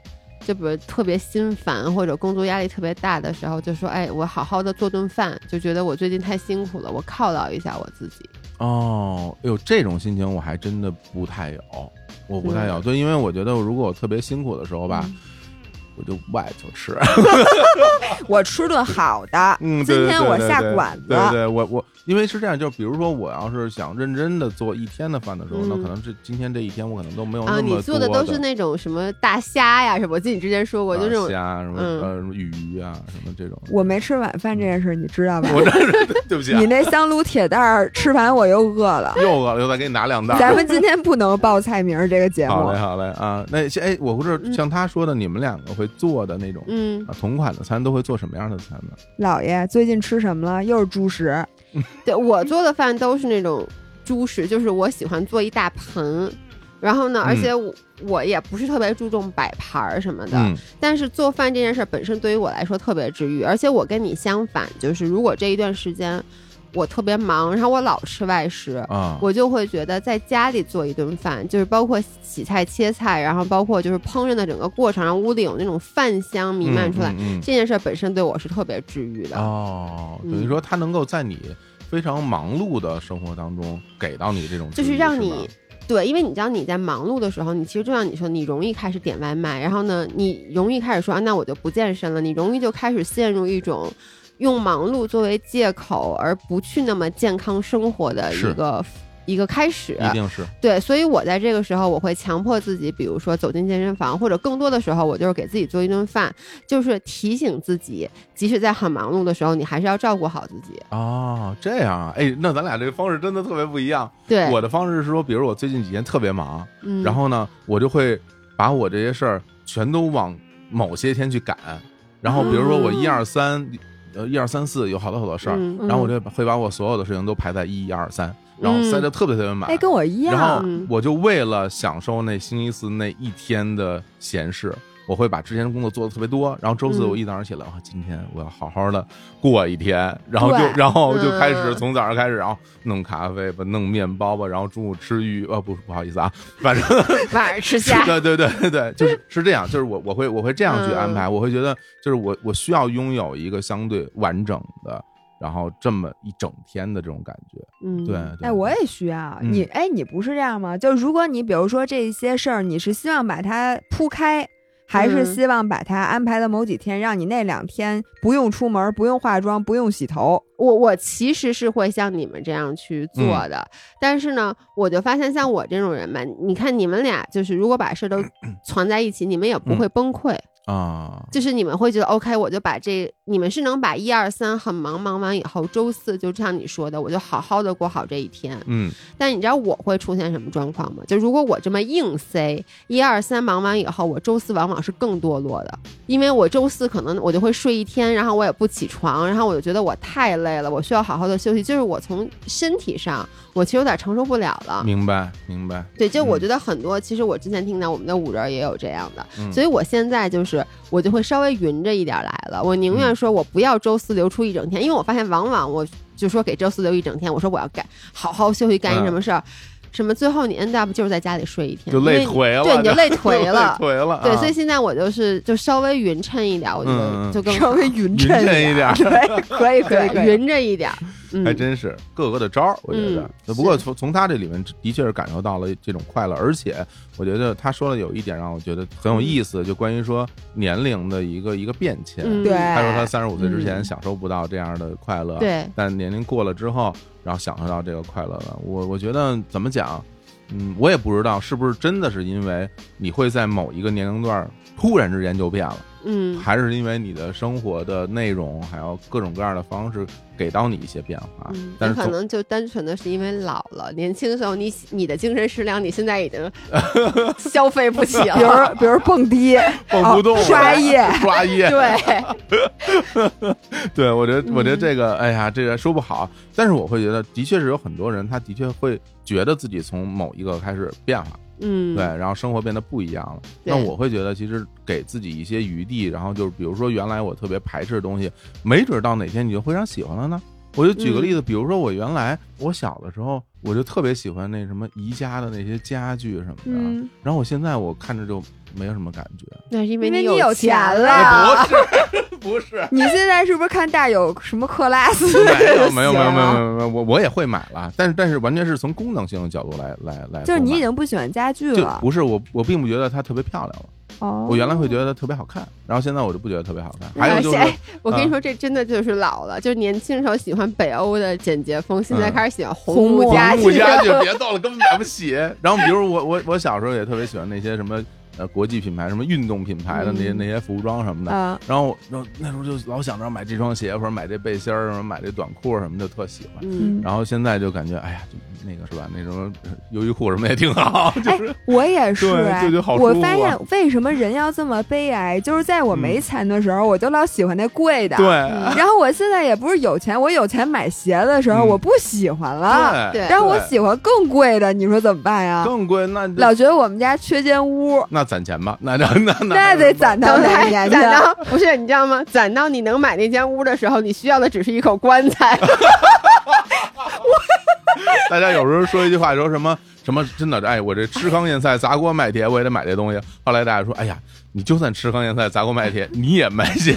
就比如特别心烦或者工作压力特别大的时候，就说，哎，我好好的做顿饭，就觉得我最近太辛苦了，我犒劳一下我自己。
哦，有这种心情我还真的不太有，我不太
嗯
有，对，因为我觉得如果我特别辛苦的时候吧，我就不爱求吃。
我吃顿好的，
嗯，
今
对
天
对
我
对
下
对
馆子
对，对，我我因为是这样，就比如说我要是想认真的做一天的饭的时候，那
嗯
可能这今天这一天我可能都没有
啊，
哦那么
你
多
做
的
的都是那种什么大虾呀什么，我记得你之前说过，
啊
就这种
虾什么
嗯
呃什么鱼啊什么这 种。
我没吃晚饭这件事儿你知道吧？
我这是对不起啊
你，那香炉铁蛋儿吃完我又饿了。
又饿了，又再给你拿两袋 儿。
咱们今天不能报菜名儿这个节
好
目
嘞，，好嘞啊，那像哎，我不是
嗯
像他说的，你们两个会做的那种
嗯，
啊同款的餐都会做什么样的餐呢？
姥爷最近吃什么了？又是猪食，
啊
对我做的饭都是那种猪食，就是我喜欢做一大盆，然后呢，而
嗯
且我、我也不是特别注重摆盘儿什么的，
嗯
但是做饭这件事儿本身对于我来说特别治愈，而且我跟你相反，就是如果这一段时间我特别忙，然后我老吃外食。
啊，
我就会觉得在家里做一顿饭，就是包括洗菜、切菜，然后包括就是烹饪的整个过程，让屋里有那种饭香弥漫出来，
嗯嗯嗯
这件事儿本身对我是特别治愈的。
哦，等于
嗯
说他能够在你非常忙碌的生活当中给到你这种
就
治
是
愈
让
吧
你对，因为你知道你在忙碌的时候，你其实就像你说，你容易开始点外卖，然后呢，你容易开始说啊，那我就不健身了，你容易就开始陷入一种用忙碌作为借口而不去那么健康生活的
是
一个一个开始。
一定是
对，所以我在这个时候，我会强迫自己，比如说走进健身房，或者更多的时候，我就是给自己做一顿饭，就是提醒自己，即使在很忙碌的时候，你还是要照顾好自己。
哦，这样啊，哎，那咱俩这个方式真的特别不一样。
对，
我的方式是说，比如我最近几天特别忙，
嗯，
然后呢，我就会把我这些事儿全都往某些天去赶，然后比如说我一二三，呃一二三四有好多好多事儿，
哦嗯
然后我就会把我所有的事情都排在一一二三，然后塞得特别特别满。
哎，跟我一
然后
样，
嗯
我就为了享受那星期四那一天的闲事，我会把之前的工作做的特别多，然后周四
嗯
我一早上起来，哇、今天我要好好的过一天，然后就
对
然后就开始
嗯
从早上开始，然后弄咖啡吧，弄面包吧，然后中午吃鱼，呃、不不好意思啊， 反正。
嗯晚上吃虾
对对对对 对，就是是这样，就是我我会我会这样去安排，我会觉得就是我我需要拥有一个相对完整的，然后这么一整天的这种感觉，
嗯，
对，对
哎，我也需要
嗯
你，哎，你不是这样吗？就如果你比如说这些事儿，你是希望把它铺开，还是
嗯
希望把它安排到某几天，让你那两天不用出门，不用化妆，不用洗头？
我我其实是会像你们这样去做的，但是呢，我就发现像我这种人吧，你看你们俩就是如果把事儿都攒在一起，你们也不会崩溃，
啊，
就是你们会觉得 OK，我就把这，你们是能把一二三很忙忙完以后，周四就像你说的，我就好好的过好这一天。
嗯
但你知道我会出现什么状况吗？就如果我这么硬塞，一二三忙完以后，我周四往往是更堕落的，因为我周四可能我就会睡一天，然后我也不起床，然后我就觉得我太累了，我需要好好的休息。就是我从身体上，我其实有点承受不了了。
明白明白，
对，就我
嗯
觉得很多，其实我之前听到我们的五人也有这样的，
嗯
所以我现在就是就是我就会稍微匀着一点来了。我
嗯
宁愿说我不要周四留出一整天，因为我发现往往我就说给周四留一整天，我说我要干好好休息干一什么事儿，什么最后你 end up 就是在家里睡一天，
嗯就累
因为
颓了，
对，你 就累颓
了，
了。
颓了，
对，
啊
所以现在我就是就稍微匀称一点，我觉
嗯嗯
得就更好
稍微匀
匀
称
称一
一
点儿
对，可以可以可
对
以。
匀着一点，嗯
还，真是各个的招儿，我觉得
嗯。
就不过
是
从从他这里面的确是感受到了这种快乐，而且我觉得他说的有一点让我觉得很有意思，就关于说年龄的一个一个变迁。
嗯
对，
他说他三十五岁之前
嗯
享受不到这样的快乐，
对，
但年龄过了之后，然后享受到这个快乐了。我我觉得怎么讲，嗯，我也不知道是不是真的是因为你会在某一个年龄段儿突然之间就变了，
嗯
还是因为你的生活的内容还有各种各样的方式给到你一些变化
嗯，，
但
你
是
可
总
能就单纯的是因为老了，年轻时候你你的精神食 粮你现在已经消费不起
比如
了，
比如蹦迪，
蹦不动了
哦 刷夜
刷夜，
对，
对，我觉得，我觉得
嗯
这个，哎呀，这个说不好，但是我会觉得，的确是有很多人，他的确会觉得自己从某一个开始变化，
嗯，
对，然后生活变得不一样了。
对
那我会觉得，其实给自己一些余地，然后就是比如说原来我特别排斥的东西，没准到哪天你就非常喜欢了呢。我就举个
嗯
例子，比如说我原来我小的时候，我就特别喜欢那什么宜家的那些家具什么的，
嗯，
然后我现在我看着就没有什么感觉。
那是因为
因为
你
你有
钱
钱了
哎不是，不是，
你现在是不是看大有什么克拉斯？
没 有没有
啊
没有没有没有没有，我我也会买了，但是但是完全是从功能性的角度来来来购买，
就是你已经不喜欢家具
就
了。
不是我我并不觉得它特别漂亮了，
哦，
我原来会觉得特别好看，然后现在我就不觉得特别好看。
嗯
还有就是
而且我跟
啊
你说，这真的就是老了，就是年轻时候喜欢北欧的简洁风，现在
嗯
开始喜欢
红
红木
木
家
红木
具。
家具别逗了，根本买不起。然后比如我我我小时候也特别喜欢那些什么呃国际品牌、什么运动品牌的那些
嗯
那些服装什么的，
啊，
然后然后那时候就老想着买这双鞋或者买这背心儿，什么买这短裤什么的，特喜欢。
嗯，
然后现在就感觉，哎呀，就那个是吧？那什么优衣库什么也挺好，就是
我也是
对
哎
就觉得好
我
舒服啊嗯
发现为什么人要这么悲哀，就是在我没钱的时候，我就老喜欢那贵的。
对。
嗯
然后我现在也不是有钱，我有钱买鞋的时候，
嗯
我不喜欢了，
对，
对
然后我喜欢更贵的，你说怎么办呀？
更贵，那就
老觉得我们家缺间屋，
那攒钱吧，那那那
那得 攒到
等
哪
待
年去？啊
攒 到 不是你知道吗？攒到你能买那间屋的时候，你需要的只是一口棺 材。
大家有时候说一句话，说什么什么，真的，哎，我这吃糠咽菜砸锅卖铁，我也得买这东西。后来大家说，哎呀，你就算吃糠咽菜砸锅卖铁，你也没 钱，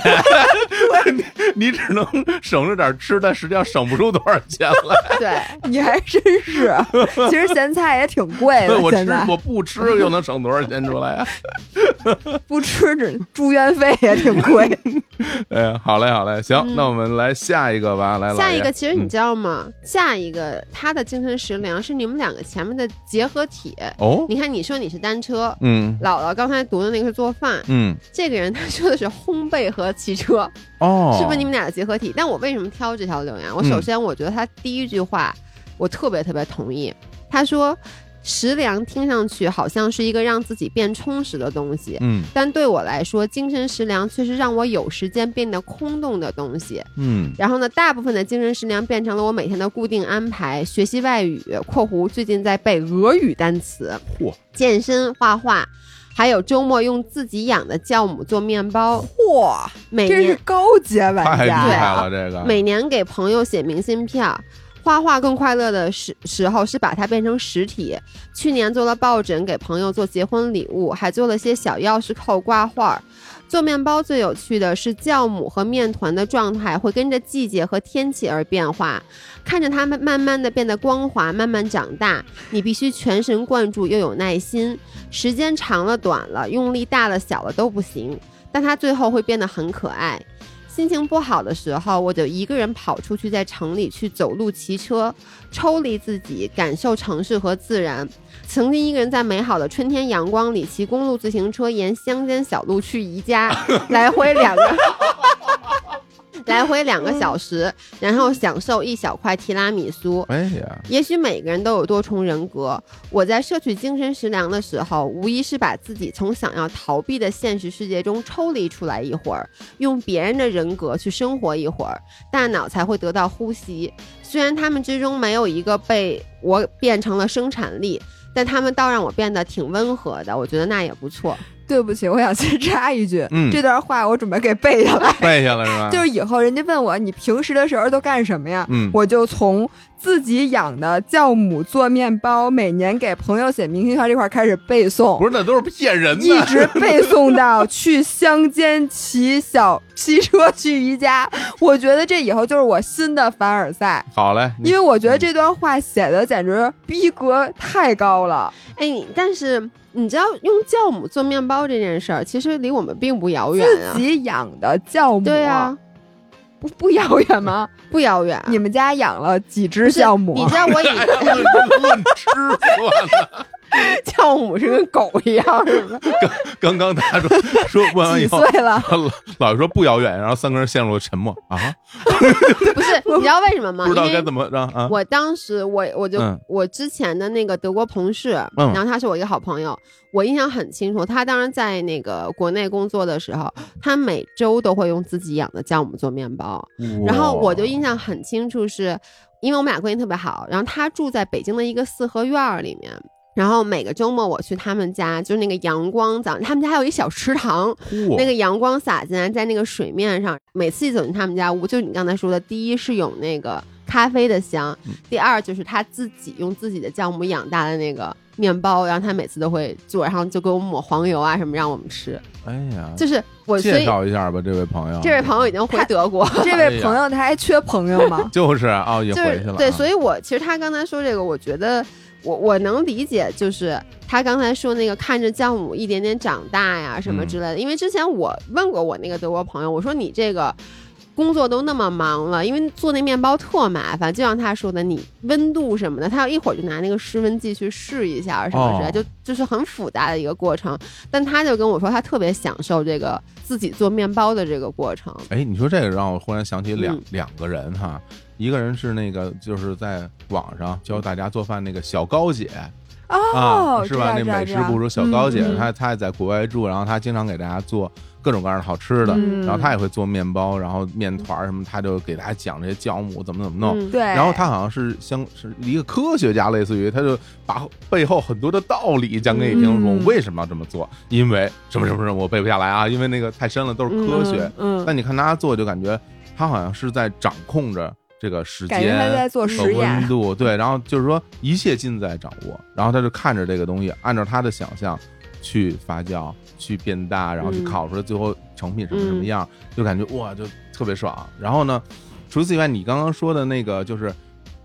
你你只能省着点吃，但实际上省不出多少钱 来。
对，
你还真是， 其实咸菜也挺贵的，
我
哎现
吃
在
我不吃又能省多少钱出来啊？
不吃这住院费也挺贵。
哎，好嘞，好嘞，行，
嗯
那我们来下一个吧，来，
下一
老
个
爷
其实你知道吗？嗯下一个它的精神食粮是你们两个前面的结合体。
哦，
你看，你说你是单车，
嗯
姥姥刚才读的那个是做饭，
嗯，
这个人他说的是烘焙和骑车，
哦，
是不是你们俩的结合体？但我为什么挑这条留言啊？我首先我觉得他第一句话，我特别特别同意。他说，食粮听上去好像是一个让自己变充实的东西，
嗯
但对我来说，精神食粮却是让我有时间变得空洞的东西。
嗯
然后呢，大部分的精神食粮变成了我每天的固定安排：学习外语（括弧最近在背俄语单词），
嚯
健身、画画，还有周末用自己养的酵母做面包。
嚯，
每
这是
年
高阶玩
太厉
家
对
害
呀！
了，这个，
每年给朋友写明信片儿。画画更快乐的时时候是把它变成实体。去年做了抱枕给朋友做结婚礼物，还做了些小钥匙扣挂画儿。做面包最有趣的是酵母和面团的状态会跟着季节和天气而变化，看着它们慢慢的变得光滑，慢慢长大，你必须全神贯注又有耐心。时间长了短了，用力大了小了都不行，但它最后会变得很可爱。心情不好的时候，我就一个人跑出去，在城里去走路、骑车，抽离自己，感受城市和自然。曾经一个人在美好的春天阳光里骑公路自行车，沿乡间小路去宜家，来回两个， 来回两个小时，然后享受一小块提拉米苏。
哎呀，
也许每个人都有多重人格。我在摄取精神食粮的时候，无疑是把自己从想要逃避的现实世界中抽离出来一会儿，用别人的人格去生活一会儿，大脑才会得到呼吸。虽然他们之中没有一个被我变成了生产力。但他们倒让我变得挺温和的，我觉得那也不错。
对不起，我想先插一句，
嗯
这段话我准备给背下来。
背下来 是吧？
就是以后人家问我你平时的时候都干什么呀？
嗯
我就从自己养的酵母做面包，每年给朋友写明信片这块儿开始背诵
不，是那都是骗人
一
的，
直背诵到去乡间骑小汽车去宜家。我觉得这以后就是我新的凡尔赛，
好嘞，你
因为我觉得这段话写的简直逼格太高了。
哎，但是你知道用酵母做面包这件事儿，其实离我们并不遥远
自
啊。
己养的酵母，
对啊，
不不遥远 吗？
不遥远。
你们家养了几
不
只
是啊
酵母？
你知道我以
哎他们是论吃啊算了。
酵母是跟狗一样是吗？
刚刚他说说问完以
几
后，
岁 了？
老老师说不遥远，然后三个人陷入了沉默啊，
不是，你知道为什么吗？
不知道
因
该
为
怎么让啊。
我当时我我就、
嗯
我之前的那个德国同事，
嗯
然后他是我一个好朋友，我印象很清楚。他当时在那个国内工作的时候，他每周都会用自己养的酵母做面包，然后我就印象很清楚是，因为我们俩关系特别好，然后他住在北京的一个四合院儿里面。然后每个周末我去他们家，就是那个阳光，早他们家还有一小池塘，
嚯
那个阳光洒进来，在那个水面上，每次一走进他们家屋，就你刚才说的，第一是有那个咖啡的香，
嗯
第二就是他自己用自己的酵母养大的那个面包，然后他每次都会做，然后就给我们抹黄油啊什么让我们吃，
哎呀，
就是我所
介
以
绍一下吧，这位朋友，？
这位朋友已经回德国，
这位朋友他还缺朋友吗
就是啊，哦也
就
回
是
去了啊，
对，所以我其实他刚才说这个，我觉得。我我能理解，就是他刚才说那个看着酵母一点点长大呀什
嗯
么之类的，因为之前我问过我那个德国朋友，我说你这个工作都那么忙了，因为做那面包特麻烦，就像他说的，你温度什么的，他要一会儿就拿那个湿温计去试一下什么之类
哦
的，就就是很复杂的一个过程。但他就跟我说，他特别享受这个自己做面包的这个过程。
哎，你说这个让我忽然想起两、
嗯
两个人哈，一个人是那个就是在网上教大家做饭那个小高姐、
哦
啊，，是
知
吧？
道
那
知道
美
知
食
道
博主小高姐，
嗯嗯
她她也在国外住，然后她经常给大家做各种各样的好吃的，
嗯
然后她也会做面包，然后面团儿什么，她就给大家讲这些酵母怎么怎么弄。
嗯
对，
然后她好像是像是一个科学家，类似于，她就把背后很多的道理讲给你听，说
嗯
我为什么要这么做，因为什么什么什么，我背不下来啊，因为那个太深了，都是科学。
嗯，
但你看他做，就感觉他好像是在掌控着这个时
感觉他
间
在做
和
实
呃温
验。
度，对，然后就是说一切尽在掌握，然后他就看着这个东西，按照他的想象去发酵、去变大，然后去
嗯
烤出来，最后成品什么什么
嗯
样，就感觉哇，就特别爽。然后呢，除此以外，你刚刚说的那个就是。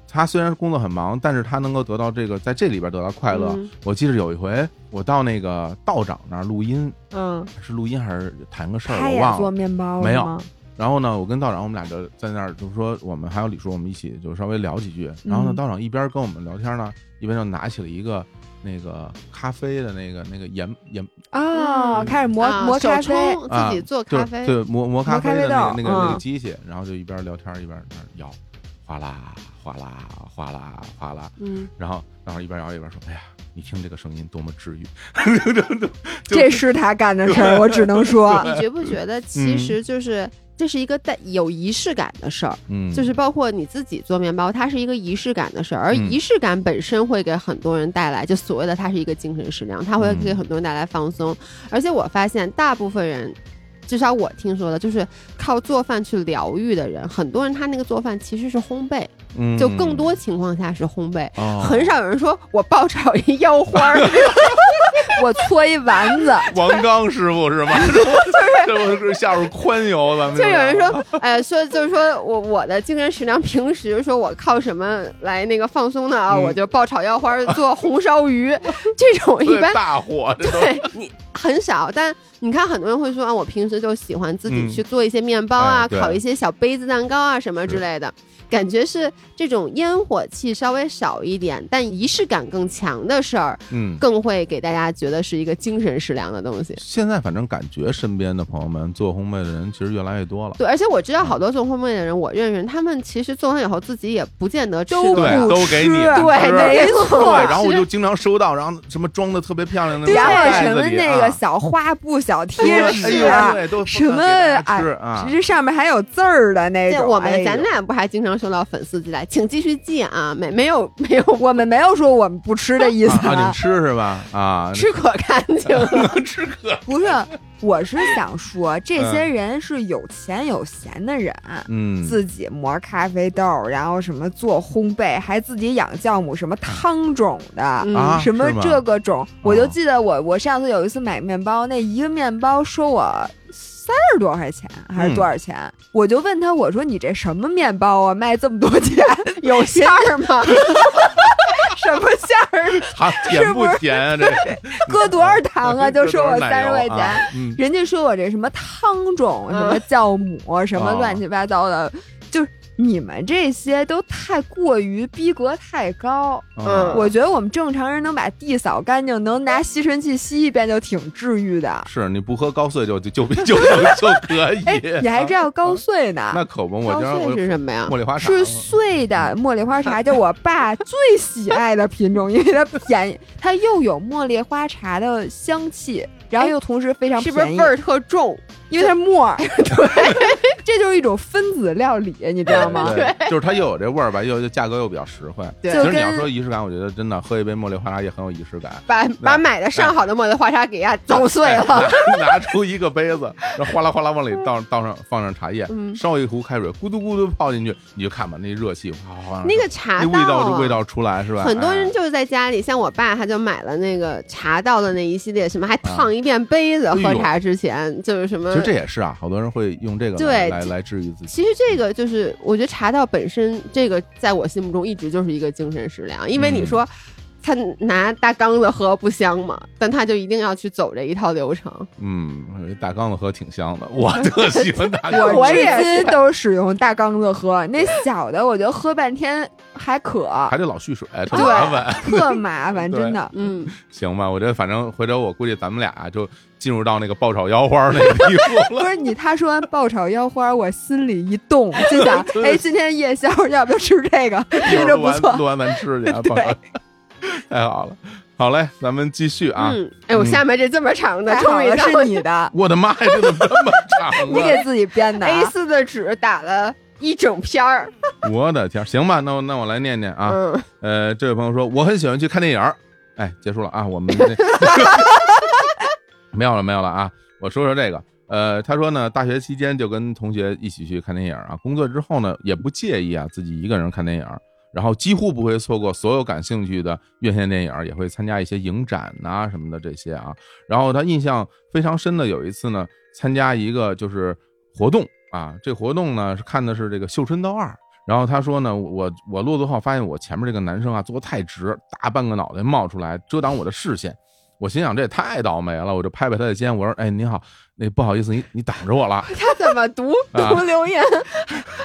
他虽然工作很忙，但是他能够得到这个，在这里边得到快乐。
嗯
我记得有一回，我到那个道长那儿录音，
嗯，
是录音还是谈个事儿，
他
我
也
忘了。
做面包了
没有
吗
然后呢，我跟道长我们俩就在那儿，就是说我们还有李叔，我们一起就稍微聊几句。然后呢，
嗯
道长一边跟我们聊天呢，一边就拿起了一个那个咖啡的那个那个研研，
哦，
嗯
开始磨
啊
磨
手
咖啡，
冲
啊
自己做
就
咖
是
啡，
对磨磨咖啡的那
咖
个
啡
那
豆
个那个
嗯
机器，然后就一边聊天一边在那儿摇，哗啦哗啦哗啦哗啦，
嗯，
然后道长一边摇一边说：“哎呀，你听这个声音多么治愈。就
这是他干的事儿，我只能说，
你觉不觉得
嗯
其实就是、这是一个带有仪式感的事儿，”
嗯，
就是包括你自己做面包，它是一个仪式感的事儿，而
嗯
仪式感本身会给很多人带来，就所谓的它是一个精神食粮，它会
嗯
给很多人带来放松。而且我发现大部分人，至少我听说的，就是靠做饭去疗愈的人，很多人他那个做饭其实是烘焙，
嗯
就更多情况下是烘焙，
哦
很少有人说我爆炒一 腰 花儿。
我搓一丸 子，
王刚师傅是吗？ 这不是下属宽油，咱们
就有 人说，哎，说就是说我我的精神食粮，平时说我靠什么来那个放松呢啊？
嗯
我就爆炒腰花儿做红烧鱼， 这种一般
大火，这都
对你很少。但你看，很多人会说啊，我平时就喜欢自己
嗯
去做一些面包啊，
哎对
烤一些小杯子蛋糕啊什么之
是
类的。感觉是这种烟火气稍微少一点，但仪式感更强的事儿，
嗯。
更会给大家觉得是一个精神食粮的东西。
现在反正感觉身边的朋友们做烘焙的人其实越来越多了，
对，而且我知道好多做烘焙的人，我认识人，他们其实做完以后自己也不见得吃
都
得
对
不
都给
吃，
你
对，
吃
没
对，
错。
然后我就经常收到，然后什么装的特别漂亮的
然后
袋
什
子
么
里
那
啊哎
个小花布、小贴纸，
哎呦对，都
什么
给大家吃啊，
这上面还有字儿的那
对，
种。
我们
哎呦
咱俩不还经常刚收到粉丝寄来，请继续寄啊，没没有没有
我们没有说我们不吃的意思
啊，你们吃是吧？啊，
吃可干净了，
吃可，
不是，我是想说，这些人是有钱有闲的人，
嗯，
自己磨咖啡豆，然后什么做烘焙，还自己养酵母，什么汤种的，
嗯
啊
什么
是吗哦
这个种。我就记得我我上次有一次买面包，那一个面包收我三十多块钱还是多少钱？
嗯
我就问他，我说你这什么面包啊，卖这么多 钱？
有馅儿吗？
什么馅儿？
糖甜不甜啊？这
搁多少 糖啊？
搁
就收我
搁多少
三
奶
十块
油
钱。
啊嗯，
人家说我这什么汤种、什么酵母、什
哦
么乱七八糟的，就是你们这些都太过于逼格太高。
啊
嗯
我觉得我们正常人能把地扫干净，能拿吸尘器吸一遍就挺治 愈的。
是你不喝高碎就就就就就就可以
哎，，你还知道
啊
高
碎？
碎呢？
那可不，我
高
经常我
碎是什么呀？
茉莉花茶
是碎的茉莉花茶，就我爸最喜爱的品种，因为它便宜，它又有茉莉花茶的香气，然后又同时非常
是
便宜，
哎不是味儿特重？
因为它是 沫儿，对， 这就是一种分子料理，你知道吗？
对，就是它又有这味儿吧，又又价格又比较实惠。
对
其
就
实你要
跟
说仪式感，我觉得真的喝一杯茉莉花茶也很有仪式感。
把把买的上好的茉莉花茶给它捣碎
哎
了，
拿 拿出一个杯子，然后哗啦哗啦往里倒倒上放上茶叶，
嗯
烧一壶开水，咕嘟咕嘟泡进去，你就看吧，那热气哗哗哗，
那个茶
那
道
味道
啊
就味道出来是吧？
很多人
哎
就是在家里，像我爸，他就买了那个茶道的那一系列，什么还烫一遍杯子，
哎呦
喝茶之前就是什么
其实。这也是啊，好多人会用这个来
对
来
这
来治愈自己。
其实这个就是，我觉得茶道本身这个，在我心目中一直就是一个精神食粮，因为
嗯
你说。他拿大缸子喝不香吗？但他就一定要去走这一套流程。
嗯，我觉得大缸子喝挺香的，我特喜欢大缸子，
我
哎我
至
也是
今都使用大缸子喝，那小的我觉得喝半天还渴，
还得老蓄水，特麻烦。
特麻烦，
对
真的。
嗯，
行吧，我觉得反正回头我估计咱们俩就进入到那个爆炒腰花那个地步
不
了。：
是你，他说完爆炒腰花，我心里一动，心想
对
哎，今天夜宵要不要吃这个？
一会
听
儿
着
录
不
完
错
录。完咱吃 去啊，爆炒。太好了，好嘞，咱们继续啊。
嗯，哎，我
嗯
下面这这么长的，
还好
终于
了
让
是 你的，
我的妈呀，这怎么这么长啊
你给自己编的啊。
哎 A 四的纸打了一整篇儿。
啊？我的天，行吧，那我那我来念念啊。
嗯，
呃，这位朋友说我很喜欢去看电影儿。哎，结束了啊，我们这 没有了，没有了啊。我说说这个，呃，他说呢，大学期间就跟同学一起去看电影儿啊，工作之后呢也不介意啊自己一个人看电影儿，然后几乎不会错过所有感兴趣的院线电影儿，也会参加一些影展呐、什么的这些啊。然后他印象非常深的有一次呢，参加一个就是活动啊，这活动呢是看的是这个《绣春刀二》。然后他说呢，我我落座后发现我前面这个男生啊坐太直，大半个脑袋冒出来遮挡我的视线。我心想这也太倒霉了，我就拍拍他的肩，我说：“哎，你好，那不好意思，你你挡着我了。
他怎么 读
啊
读留言？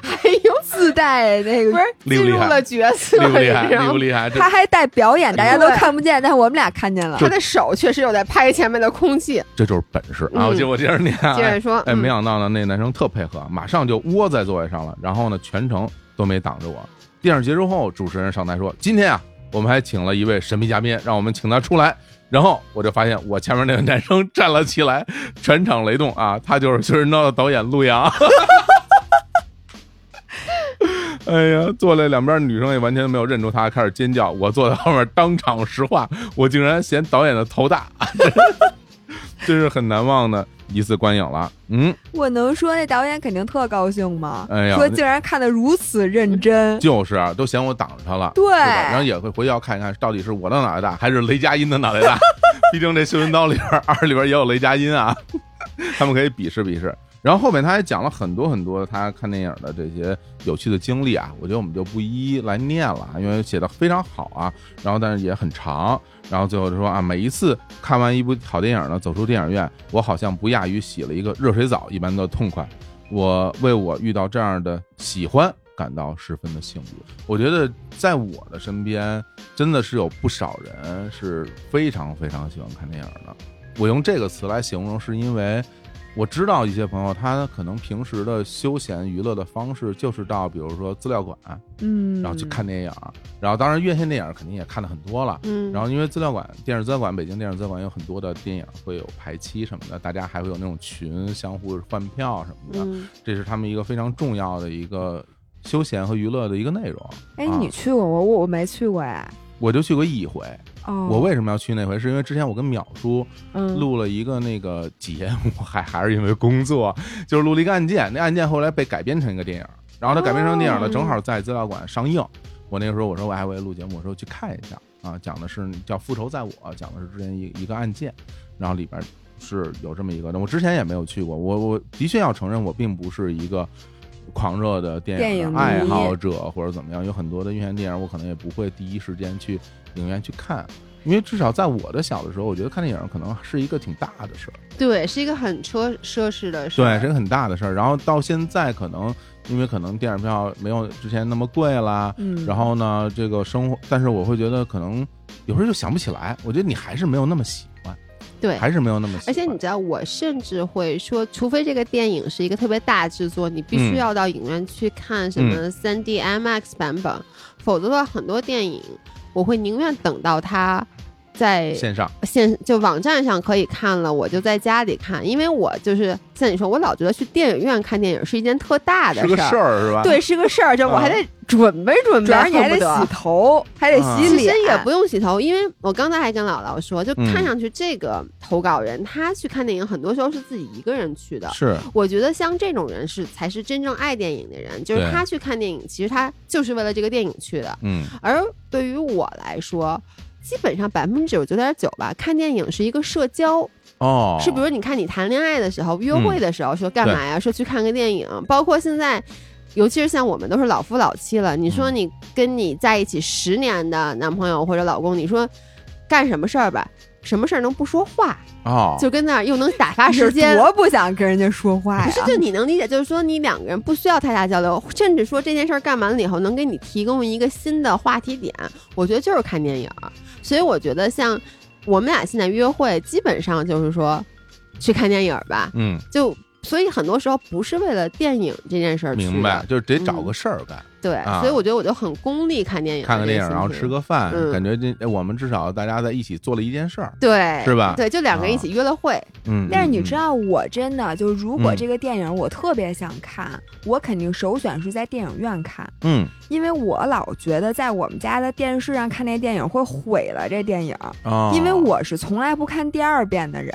还有
自带那
不
个，
是
厉不
进
厉
入
害
了角”色，
厉不厉害？
你知道
厉不
吗？
厉害？这
他还带表演，大家都
对
看不见，但我们俩看见了。
他的手确实有在拍前面的空气。
这就是本事啊！我
嗯
接我接着念啊，
接着说，
哎，
嗯
没想到呢，那男生特配合，马上就窝在座位上了，然后呢，全程都没挡着我。电影结束后，主持人上台说：“今天啊，我们还请了一位神秘嘉宾，让我们请他出来。”然后我就发现我前面那个男生站了起来，全场雷动啊！他就是《学人刀》的导演陆阳。 哎呀，坐在两边女生也完全没有认出他，开始尖叫。我坐在后面当场石化，我竟然嫌导演的头大， 真是很难忘的一次观影了。嗯，
我能说那导演肯定特高兴吗？
哎呀
说竟然看得如此认真，
就是啊，都嫌我挡着他了，
对
对吧然后也会回去要看一看，到底是我的脑袋大还是雷佳音的脑袋大。毕竟这《绣春刀》里边 二里边也有雷佳音啊， 他们可以比试比试。然后后面他还讲了很多很多他看电影的这些有趣的经历啊，我觉得我们就不一一来念了，啊因为写的非常好啊，然后但是也很长。然后最后就说啊，每一次看完一部好电影呢，走出电影院，我好像不亚于洗了一个热水澡一般的痛快。我为我遇到这样的喜欢感到十分的幸福。我觉得在我的身边，真的是有不少人是非常非常喜欢看电影的。我用这个词来形容，是因为我知道一些朋友，他可能平时的休闲娱乐的方式就是到比如说资料馆，
嗯，
然后去看电影，然后当然院线电影肯定也看的很多了。
嗯，
然后因为资料馆、电视资料馆、北京电视资料馆有很多的电影会有排期什么的，大家还会有那种群相互换票什么的。
嗯
这是他们一个非常重要的一个休闲和娱乐的一个内容。
哎，
啊
你去过我我我没去过哎。
我就去过一回。
哦，
我为什么要去那回？是因为之前我跟淼叔
嗯
录了一个那个节目，还还是因为工作，就是录了一个案件。那案件后来被改编成一个电影，然后它改编成电影呢，
哦
正好在资料馆上映。我那个时候我说我哎还为录节目，我说去看一下啊，讲的是叫《复仇在我》，讲的是之前一一个案件，然后里边是有这么一个，我之前也没有去过。我我的确要承认，我并不是一个。狂热的电
电影
影
迷
的爱好者或者怎么样，有很多的院线电影，我可能也不会第一时间去影院去看，因为至少在我的小的时候，我觉得看电影可能是一个挺大的事儿，
对，是一个很奢奢侈的事
对，
儿。
是一个很大的事儿。然后到现在，可能因为可能电影票没有之前那么贵啦，
嗯，
然后呢，这个生活，但是我会觉得可能有时候就想不起来，我觉得你还是没有那么喜欢，
对
还是没有那么喜欢。
而且你知道，我甚至会说，除非这个电影是一个特别大制作，你必须
嗯
要到影院去看什么 3D IMAX 版本，否则的话，很多电影我会宁愿等到它在
线上，
线就网站上可以看了，我就在家里看，因为我就是像你说，我老觉得去电影院看电影是一件特大的
是个
儿。
事儿是吧？
对，是个事儿，就我还
啊
得准备准备，
主要
而且还得
恨不得啊
洗头，还得
啊
洗
其
脸
实，也不用洗头，因为我刚才还跟姥姥说，就看
嗯
上去这个投稿人、他去看电影，很多时候是自己一个人去的。
是
我觉得像这种人是才是真正爱电影的人，就是
对
他去看电影，其实他就是为了这个电影去的。
嗯，
而对于我来说，基本上百分之九十九点九吧，看电影是一个社交，
哦，
是比如你看你谈恋爱的时候、约会的时候说干嘛呀？说去看个电影，包括现在。尤其是像我们都是老夫老妻了，你说你跟你在一起十年的男朋友或者老公，你说干什么事儿吧，什么事儿能不说话，
哦，
就跟那儿又能打发
你是
时间，
多不想跟人家说话呀！
不是，
啊嗯
就你能理解，就是说你两个人不需要太大交流，甚至说这件事儿干完了以后，能给你提供一个新的话题点，我觉得就是看电影儿。所以我觉得像我们俩现在约会，基本上就是说去看电影儿吧，
嗯，
就。所以很多时候不是为了电影这件事儿去的，
明白，就是得
嗯
找个事儿干。
对，
啊
所以我觉得我就很功利看电影，
看个电影，然后吃，个饭，
嗯
感觉这哎我们至少大家在一起做了一件事儿，
对，
是吧啊
对，就两个人一起约了会，
嗯。
但是你
嗯
知，道，我真的就如果
嗯
这个电影我特别想看，我肯定首选是在电影院看，
嗯，
因为我老觉得在我们家的电视上看那电影会毁了这电影，
哦
因为我是从来不看第二遍的人。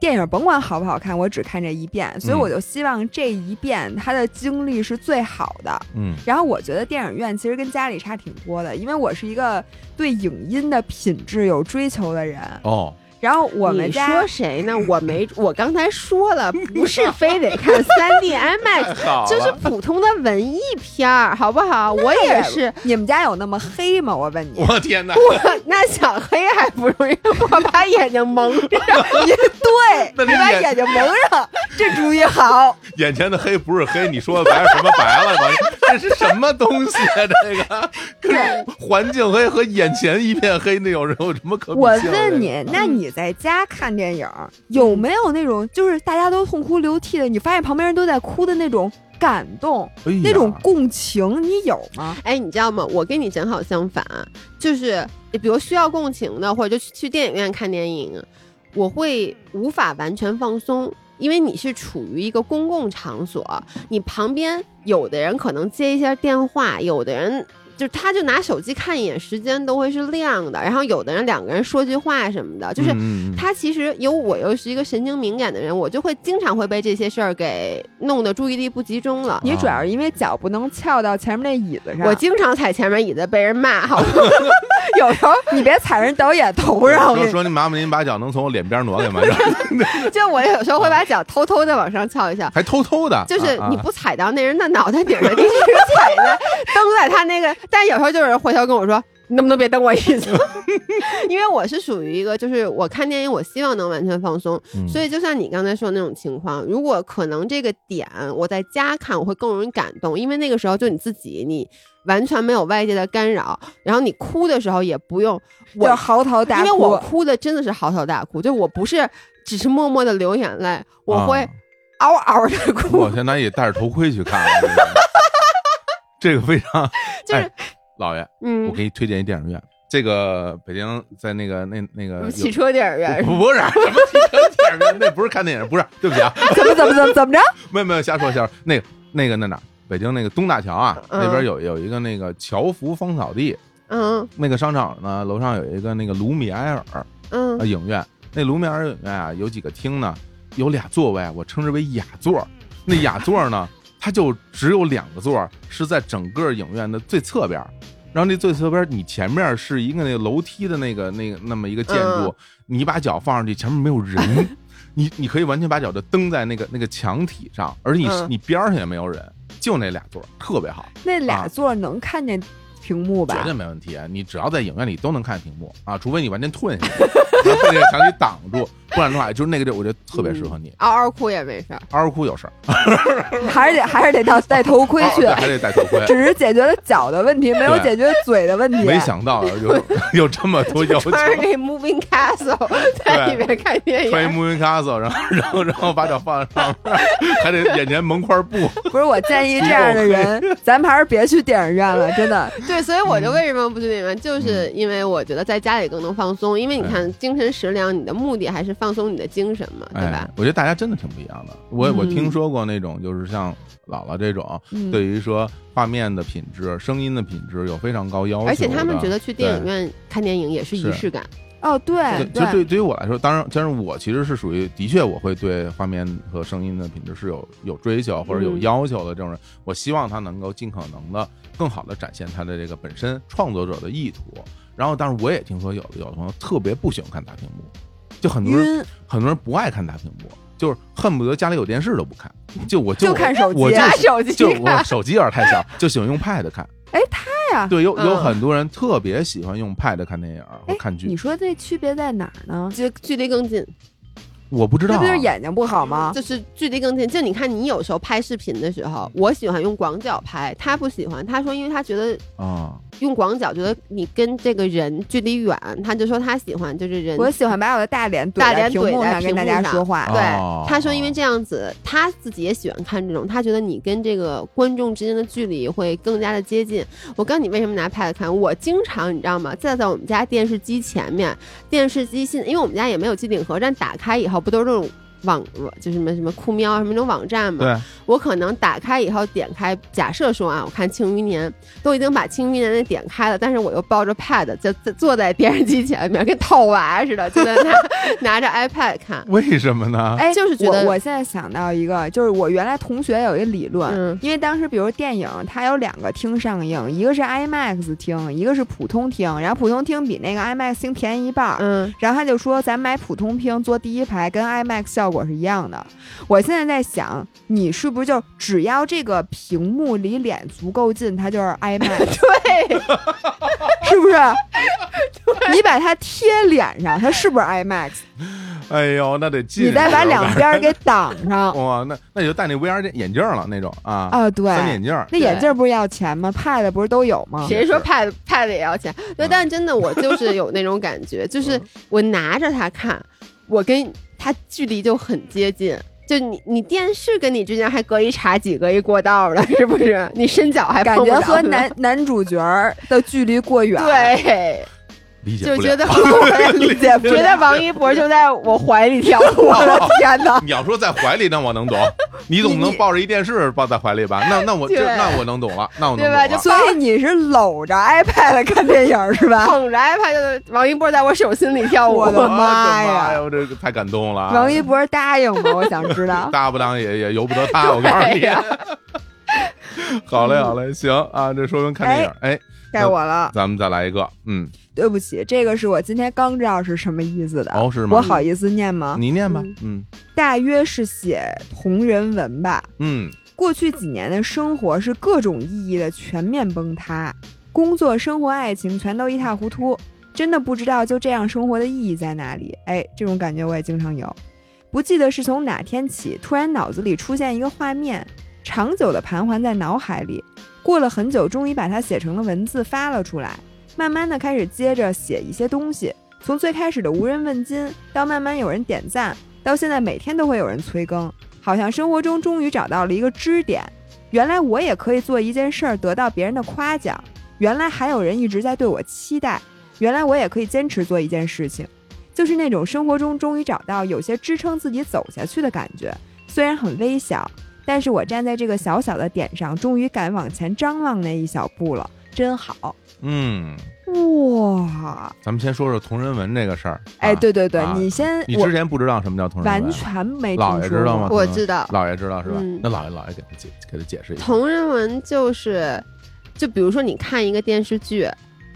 电影甭管好不好看，我只看这一遍，所以
嗯
我就希望这一遍它的经历是最好的。
嗯
然后我觉得电影院其实跟家里差挺多的，因为我是一个对影音的品质有追求的人。
哦，
然后我们
你
家
说谁呢？我没，我刚才说 了，不是非得看三 D IMAX，
好
就是普通的文艺片儿，好不好？我也是，
你们家有那么黑吗？我问你，
我天哪，
我 那想黑还不容易，我把眼睛蒙上，
你 对，
那
你
你
把
眼
眼睛蒙上，这主意 好。
眼前的黑不是黑，你说的白是什么白了吧？这是什么东西啊？这个
对
环境黑和眼前一片黑，那有人有什么可比
我
性的
问你，
嗯
那你在家看电影有没有那种就是大家都痛哭流涕的，你发现旁边人都在哭的那种感动、
哎呀
那种共情，你有吗？
哎，你知道吗？我跟你正好相反，啊就是比如需要共情的，或者就去去电影院看电影，我会无法完全放松。因为你是处于一个公共场所，你旁边有的人可能接一下电话，有的人就他就拿手机看一眼，时间都会是亮的。然后有的人两个人说句话什么的，就是
嗯嗯嗯
他其实有我又是一个神经敏感的人，我就会经常会被这些事儿给弄得注意力不集中了。
你主要是因为脚不能翘到前面那椅
啊
子上，
我经常踩前面椅子被人骂，好吗？
有时候你别踩人导演头
啊
上，我跟
说
你
说您麻烦您把脚能从我脸边挪开吗？这
就我有时候会把脚偷偷的往上翘一下，
还偷偷的，
就是
啊
你不踩到那人的脑袋顶上，你一直 踩在蹬在他那个，但有时候就有人回头跟我说。你能不能别蹬我一次？ 因为我是属于一个，就是我看电影，我希望能完全放松。
嗯
所以就像你刚才说的那种情况，如果可能这个点我在家看，我会更容易感动，因为那个时候就你自己，你完全没有外界的干扰，然后你哭的时候也不用
就
我，
嚎啕大
因
哭。
为我哭的真的是嚎啕大哭，就我不是只是默默的流眼泪，我会
啊
嗷嗷的 哭。
我现在也戴着头盔去看了，这个这个非常
就是
哎老爷，
嗯
我，给你推荐一电影院，这个北京在那个那那个有
汽车电 影院
不不是什么汽车电影院，那不是看电影，不是，对不起啊，
怎么怎么怎么怎么着？
没有没有瞎说瞎说，那个那个那哪北京那个东大桥啊，
嗯
那边有有一个那个侨服芳草地，
嗯
那个商场呢，楼上有一个那个卢米埃尔
嗯
呃影院，那卢米埃尔影院啊，有几个厅呢，有俩座位，我称之为雅座。那雅座呢，它就只有两个座，是在整个影院的最侧边儿。然后那最侧边儿，你前面是一个那个楼梯的那个那个那么一个建筑，
嗯
你把脚放上去，前面没有人，你你可以完全把脚就蹬在那个那个墙体上，而你、
嗯
你边儿上也没有人，就那俩座儿特别好。
那俩
啊
座能看见屏幕
绝
吧
对？没问题。哎你只要在影院里都能看屏幕啊，除非你完全退下去， 然后被那个墙体挡住，不然的话，就是那个地儿，我觉得特别适合你。
嗷嗷哭也没 事儿。
嗷嗷哭有事儿，
还是得还是得到戴头盔
嗷
去
哦对，还得戴头盔。
只是解决了脚的问题，没有
对
解决嘴的问题。
没想到有有这么多要 求，
穿着那 Moving Castle 在里面看电
穿一
影，
木云 castle，然后然后然后把脚放上面，还得眼前蒙块布。
不是，我建议这样的人， 咱们还是别去电影院了，真的。
对，所以我
嗯
就为什么不去电影院，就是因为我觉得在家里更能放松。因为你
哎
看，精神食粮，你的目的还是放松你的精神嘛，对
哎
吧？，
我觉得大家真的挺不一样的。我我
嗯
听说过那种就是像姥姥这种，
嗯
对于说画面的品质、声音的品质有非常高
哎
要求的，
而且他们觉得去电
对
影院看电影也是仪
是
式感，
哦，对
对，其实对对于我来说，当然，但是我其实是属于，的确我会对画面和声音的品质是有有追求或者有
嗯
要求的这种人，我希望他能够尽可能的更好的展现他的这个本身创作者的意图。然后，但是我也听说有的有的朋友特别不喜欢看大屏幕，就很多人
晕，
很多人不爱看大屏幕，就是恨不得家里有电视都不看，就我
就
我
看手机啊
我就
拿
是
手机
就我
看，
手机有点太小，就喜欢用 Pad 看。
哎，他呀，
对，有有
嗯
很多人特别喜欢用 Pad 看电影和看剧
哎你，说这区别在哪儿呢？
就距离更近，
我不知道
这
啊。
不就是眼睛不好吗？
就是距离更近。就你看，你有时候拍视频的时候，我喜欢用广角拍，他不喜欢。他说，因为他觉得
啊，
用广角觉得你跟这个人距离远，他就说他喜欢就是人。
我喜欢把我的大脸怼
大
在
脸
屏
怼
幕
在
上跟
屏
大
幕
家
上
说话。
对
哦，
他说因为这样子他自己也喜欢看这种，他觉得你跟这个观众之间的距离会更加的接近。我告诉你为什么拿 pad 看，我经常你知道吗？站在我们家电视机前面，电视机现因为我们家也没有机顶盒，但打开以后不都是这种。网就什么什么酷喵啊什么那种网站嘛，
对，
我可能打开以后点开，假设说啊，我看《庆余年》，都已经把《庆余年》那点开了，但是我又抱着 pad 在在坐在电视机前面，跟套娃似的，就在那 拿着 iPad 看。
为什么呢？
哎，
就是觉得
我我现在想到一个，就是我原来同学有一理论，
嗯
因为当时比如电影它有两个厅上映，一个是 IMAX 厅，一个是普通厅，然后普通厅比那个 IMAX 厅便宜一半儿。
嗯，
然后他就说，咱买普通厅坐第一排，跟 IMAX 效果是一样的。我现在在想，你是不是就只要这个屏幕离脸足够近，它 就是 IMAX，
对，
是 不是？你把它贴脸上，它是不是 IMAX？
哎呦，那得近。
你再把两边儿给挡 上。
哇，那那你就戴那 VR 眼镜了那种啊，
啊，对，
三 D 眼镜儿。
那眼镜不是要钱吗？Pad 不是都有
啊
吗？
谁说 pad pad 也要钱？对，
嗯
但真的我就是有那种感觉，就是我拿着它看，我跟它距离就很接近。就你，你电视跟你之间还隔一茶几、隔一过道呢，是不是？你伸脚还
感
碰不
觉
着
和
呢
男 男主角儿的距离过远，，
对，
理解
就
不了
觉得 我
理解不
觉得
了。
王一博就在我怀里跳 舞，我的天哪！
你要说在怀里，那我能懂。你总不能抱着一电视抱在怀里吧？那那我这
对
那我能懂了，那我能
对吧
懂了
就。
所以你是搂着 iPad 看电影儿是吧？
捧着 iPad 就王一博在我手心里跳舞
我，的
我的
妈呀
妈呀！我这个太感动了。
王一博答应吗？我想知 道。
搭不当也也由不得他，我告诉
对呀
你。好嘞，好嘞，行啊，这说明看电影，哎，
该我了，
咱们再来一个，嗯，
对不起，这个是我今天刚知道是什么意思的。
哦，是吗？
我好意思念吗？
你念吧，嗯
大约是写同人文吧。
嗯，
过去几年的生活是各种意义的全面崩塌，工作、生活、爱情全都一塌糊涂，真的不知道就这样生活的意义在哪里。哎，这种感觉我也经常有。不记得是从哪天起，突然脑子里出现一个画面，长久的盘桓在脑海里。过了很久，终于把它写成了文字发了出来。慢慢的开始接着写一些东西，从最开始的无人问津，到慢慢有人点赞，到现在每天都会有人催更。好像生活中终于找到了一个支点。原来我也可以做一件事儿得到别人的夸奖，原来还有人一直在对我期待，原来我也可以坚持做一件事情，就是那种生活中终于找到有些支撑自己走下去的感觉。虽然很微小，但是我站在这个小小的点上，终于敢往前张望那一小步了，真好。
嗯，
哇，
咱们先说说同人文这个事儿。
哎，
啊，
对对对，
啊
你先
你
我
之前不知道什么叫同人文，
完全没听
姥
说
爷知道
过
吗
我知道，
姥爷知道是吧？
嗯
那姥爷姥爷给他解给他解释一下。
同人文就是，就比如说你看一个电视剧，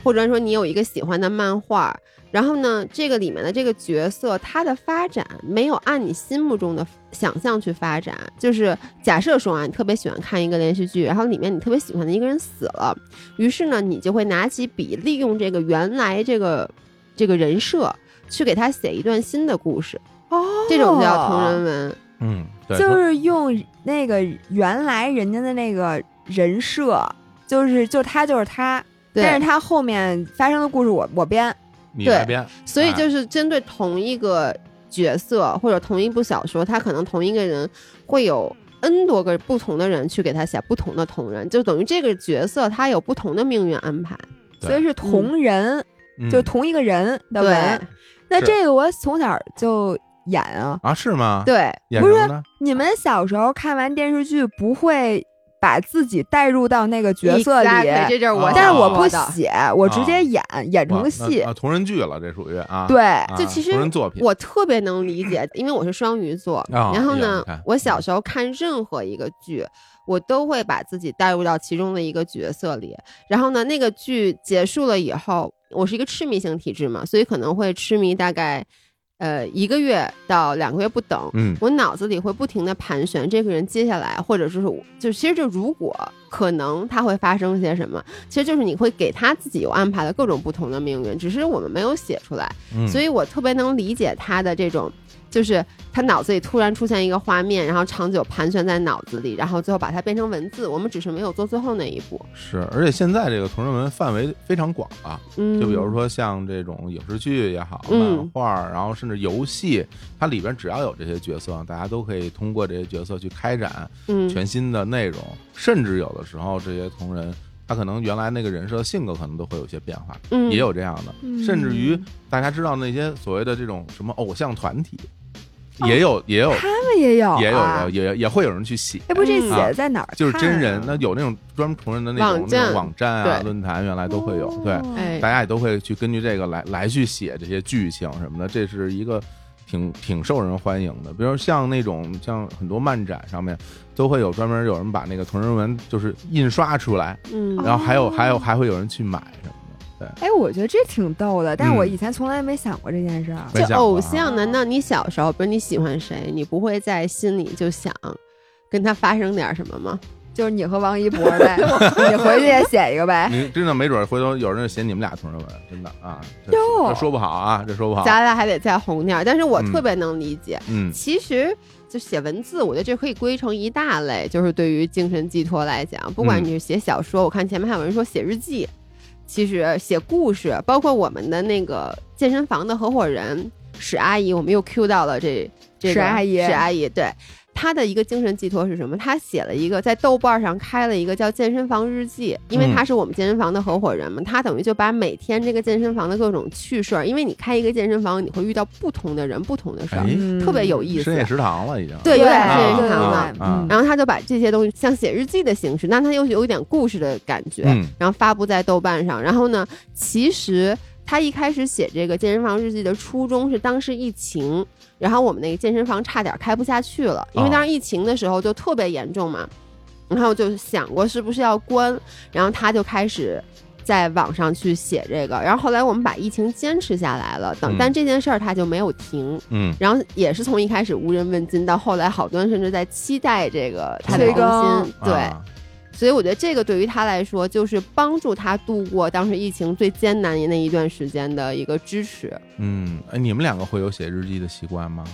或者说你有一个喜欢的漫画，然后呢，这个里面的这个角色他的发展没有按你心目中的想象去发展。就是假设说啊，你特别喜欢看一个连续剧，然后里面你特别喜欢的一个人死了，于是呢，你就会拿起笔，利用这个原来这个这个人设去给他写一段新的故事，
哦，
这种叫同人文。
嗯，对，
就
同
是用那个原来人家的那个人设，就是就他就是他，
对
但是他后面发生的故事我我编，
你
对
那边，
所以就是针对同一个角色或者同一部小说，他可能同一个人会有 n 多个不同的人去给他写不同的同人，就等于这个角色他有不同的命运安排。
对
所以是同人，
嗯
就同一个人的
对
文。那
是
这个我从小就演啊，
啊是吗？，
对，
演
不
什
是
么呢？
你们小时候看完电视剧不会把自己带入到那个角色里
Exactly，这就是我
啊
想说的，
但是我不
喜。
写，我直接演、演
哦哇
成戏
那，啊，同人剧了，这属于啊，
对。
啊，
就其实
同人作品，
我特别能理 解，因为我是双鱼座，
哦
然后
哎呀
呢
你看，
我小时候看任何一个剧，我都会把自己带入到其中的一个角色里。然后呢，那个剧结束了以后，我是一个痴迷型体质嘛，所以可能会痴迷大概呃一个月到两个月不等。
嗯
我脑子里会不停的盘旋这个人接下来，或者就是我就其实就如果可能他会发生些什么，其实就是你会给他自己有安排的各种不同的命运，只是我们没有写出来。
嗯，
所以我特别能理解他的这种，就是他脑子里突然出现一个画面，然后长久盘旋在脑子里，然后最后把它变成文字。我们只是没有做最后那一步。
是，而且现在这个同人文范围非常广啊，
嗯，
就比如，说像这种影视剧也好，
嗯
漫画儿，然后甚至游戏，它里边只要有这些角色，大家都可以通过这些角色去开展
嗯，
全新的内容，甚至有的时候这些同人，他可能原来那个人设的性格可能都会有些变化，
嗯
也有这样的，甚至于
嗯
大家知道那些所谓的这种什么偶像团体，
哦
也有也有
他们也有、啊，
也有也也会有人去写。
哎，不，这
嗯
写的在哪儿、啊
就是真人，那，有那种专门同人的那种
网
那
站
种网站啊、
对
论坛，原来都会有。对，
哦
哎
大家也都会去根据这个来来去写这些剧情什么的，这是一个挺挺受人欢迎的。比如像那种像很多漫展上面都会有专门有人把那个同人文就是印刷出来，
嗯，
然后还有
哦
还有还会有人去买什么的。
哎，我觉得这挺逗的，但我
嗯
以前从来没想过这件事儿。
没
就
想过
偶
啊
像，难道你小时候，比如你喜欢谁，你不会在心里就想跟他发生点什么吗？
就是你和王一博 呗，你回去也写一个呗。
你真的没准儿回头有人就写你们俩同人文，真的 啊，这
哟
这说不好啊，这说不好。
咱俩还得再红点儿。但是我
嗯
特别能理解，
嗯，
其实就写文字，我觉得这可以归成一大类，就是对于精神寄托来讲，不管
嗯
你是写小说，我看前面还有人说写日记，其实写故事，包括我们的那个健身房的合伙人史阿姨，我们又 Q 到了这这个
史阿姨
史阿姨对。她的一个精神寄托是什么？她写了一个在豆瓣上开了一个叫《健身房日记》，因为
嗯
她是我们健身房的合伙人嘛，她等于就把每天这个健身房的各种趣事儿，因为你开一个健身房，你会遇到不同的人、不同的事儿
哎，
嗯
特别有意思
深夜食堂了已经。
对有点
啊
深夜
啊
食堂了
啊
嗯
啊
然后他就把这些东西像写日记的形式，那他又有一点故事的感觉，
嗯
然后发布在豆瓣上。然后呢，其实他一开始写这个健身房日记的初衷是当时疫情，然后我们那个健身房差点开不下去了，因为
哦
当时疫情的时候就特别严重嘛。然后就想过是不是要关，然后他就开始。在网上去写这个，然后后来我们把疫情坚持下来了，等
嗯
但这件事儿他就没有停，
嗯，
然后也是从一开始无人问津，到后来好多人甚至在期待这个他的
催
更新，
啊
对，所以我觉得这个对于他来说，就是帮助他度过当时疫情最艰难的那一段时间的一个支持。
嗯，哎，你们两个会有写日记的习惯吗？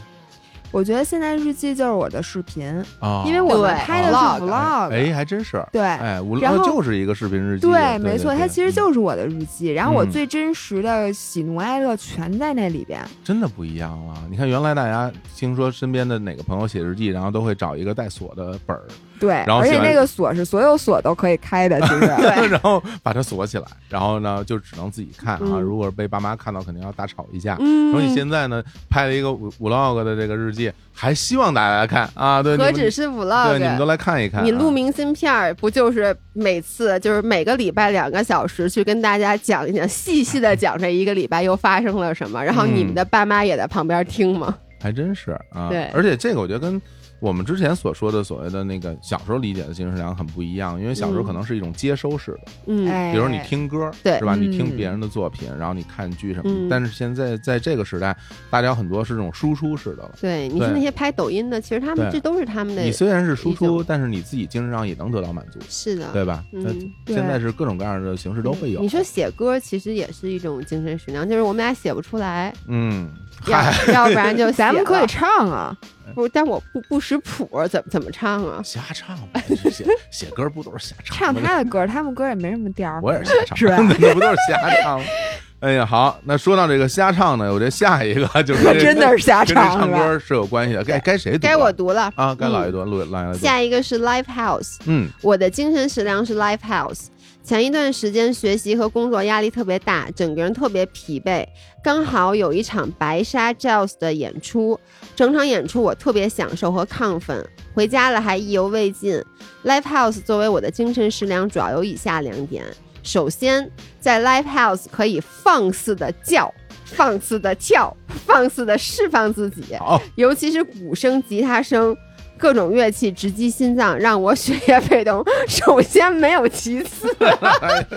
我觉得现在日记就是我的视频，
啊，
因为我们
对
拍的是
vlog
vlog，
哎，还真是，
对
哎，无
然
论
后
就是一个视频日记，
对，没错，它其实
嗯
就是我的日记。然后我
嗯
最真实的喜怒哀乐全在那里边。
真的不一样了。你看，原来大家听说身边的哪个朋友写日记，然后都会找一个带锁的本儿，嗯
对，
然后
而且
喜欢
那个锁是所有锁都可以开的，其 实
对
然后把它锁起来，然后呢就只能自己看啊。
嗯
如果是被爸妈看到，肯定要大吵一架。然后你
嗯，
现在呢拍了一个 vlog 的这个日记，还希望大家来看啊？对，你
何
们
止是
对你们都
vlog。
来看一看啊。
你录明信片儿不就是每次就是每个礼拜两个小时去跟大家讲一讲，细细的讲这一个礼拜又发生了
嗯
什么，然后你们的爸妈也在旁边听吗？
还真是啊。
对
而且这个我觉得跟我们之前所说的所谓的那个小时候理解的精神粮很不一样，因为小时候
嗯
可能是一种接收式的，
嗯，
哎，
比如你听歌，
对
是吧？你听
嗯
别人的作品，然后你看剧什么的。
嗯
但是现在在这个时代，大家很多是这种输出式的了。
对，你
对
是那些拍抖音的，其实他们
对
这都是他们的
你，虽然是输
理解
出，
我
但是你自己精神上也能得到满足，
是的，
对吧？
嗯
那
对
现在是各种各样的形式都会有。啊
你说写歌其实也是一种精神食粮，就是我们俩写不 出来，
嗯，
要
嗨，
要不然就
咱们
写了
可以唱啊，
不，但我不不识谱，怎么怎么唱啊？
瞎唱吧，这是写写歌不都是瞎
唱
唱吗？
他的歌，他们歌也没什么调儿。
我也是瞎唱，
是吧
那不都是瞎唱吗？ 哎呀，好，那说到这个瞎唱呢，我这下一个就是跟这
真的是瞎
跟这
唱
唱
是 吧？
歌是有关系的，该该谁读啊
该我读了
啊，该老爷
嗯
读，录老爷读，
下一个是 Live House，
嗯
我的精神食粮是 Live House。前一段时间学习和工作压力特别大，整个人特别疲惫。刚好有一场白沙 Jazz 的演出，整场演出我特别享受和亢奋，回家了还意犹未尽。Live House 作为我的精神食粮，主要有以下两点：首先，在 Live House 可以放肆的叫。放肆的跳，放肆的释放自己，
好，
尤其是鼓声、吉他声，各种乐器直击心脏，让我血液沸腾。首先没有其次，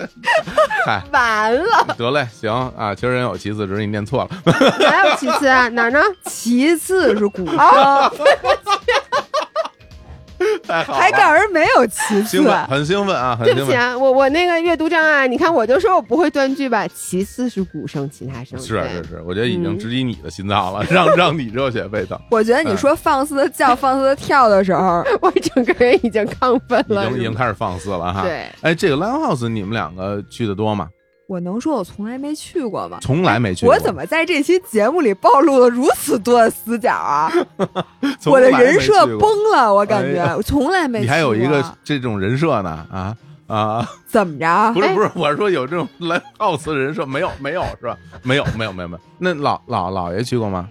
嗨，
完了，
得嘞，行啊，其实人有其次，只是你念错了，
哪有其次啊？哪儿呢？
其次是鼓声，
太好了，
还告诉人没有其次
兴。奋，很兴奋啊，很
对
兴
不起
奋。
啊，我我那个阅读障碍，你看我就说我不会断句吧。其次是鼓声、吉他声，
是啊
对
是是，我觉得已经直击你的心脏了，让 让你热血沸腾，
我觉得你
嗯
说放肆的叫、 放肆的跳的时候，
我整个人已经亢奋
已
了，
经已经开始放肆了哈。，
对。
哎，这个 Livehouse 你们两个去的多吗？
我能说我从来没去过吗？
从来没去过，
我怎么在这期节目里暴露了如此多的死角啊？
从
我的
来没
人设
去过
崩了，我感觉
哎呀
我从来没去过。
你还有一个这种人设呢啊啊！
怎么着
不？是
哎
不是，我是说有这种 live house 的人设没有没有是吧？没有没有没有没有。那老老老爷去过吗？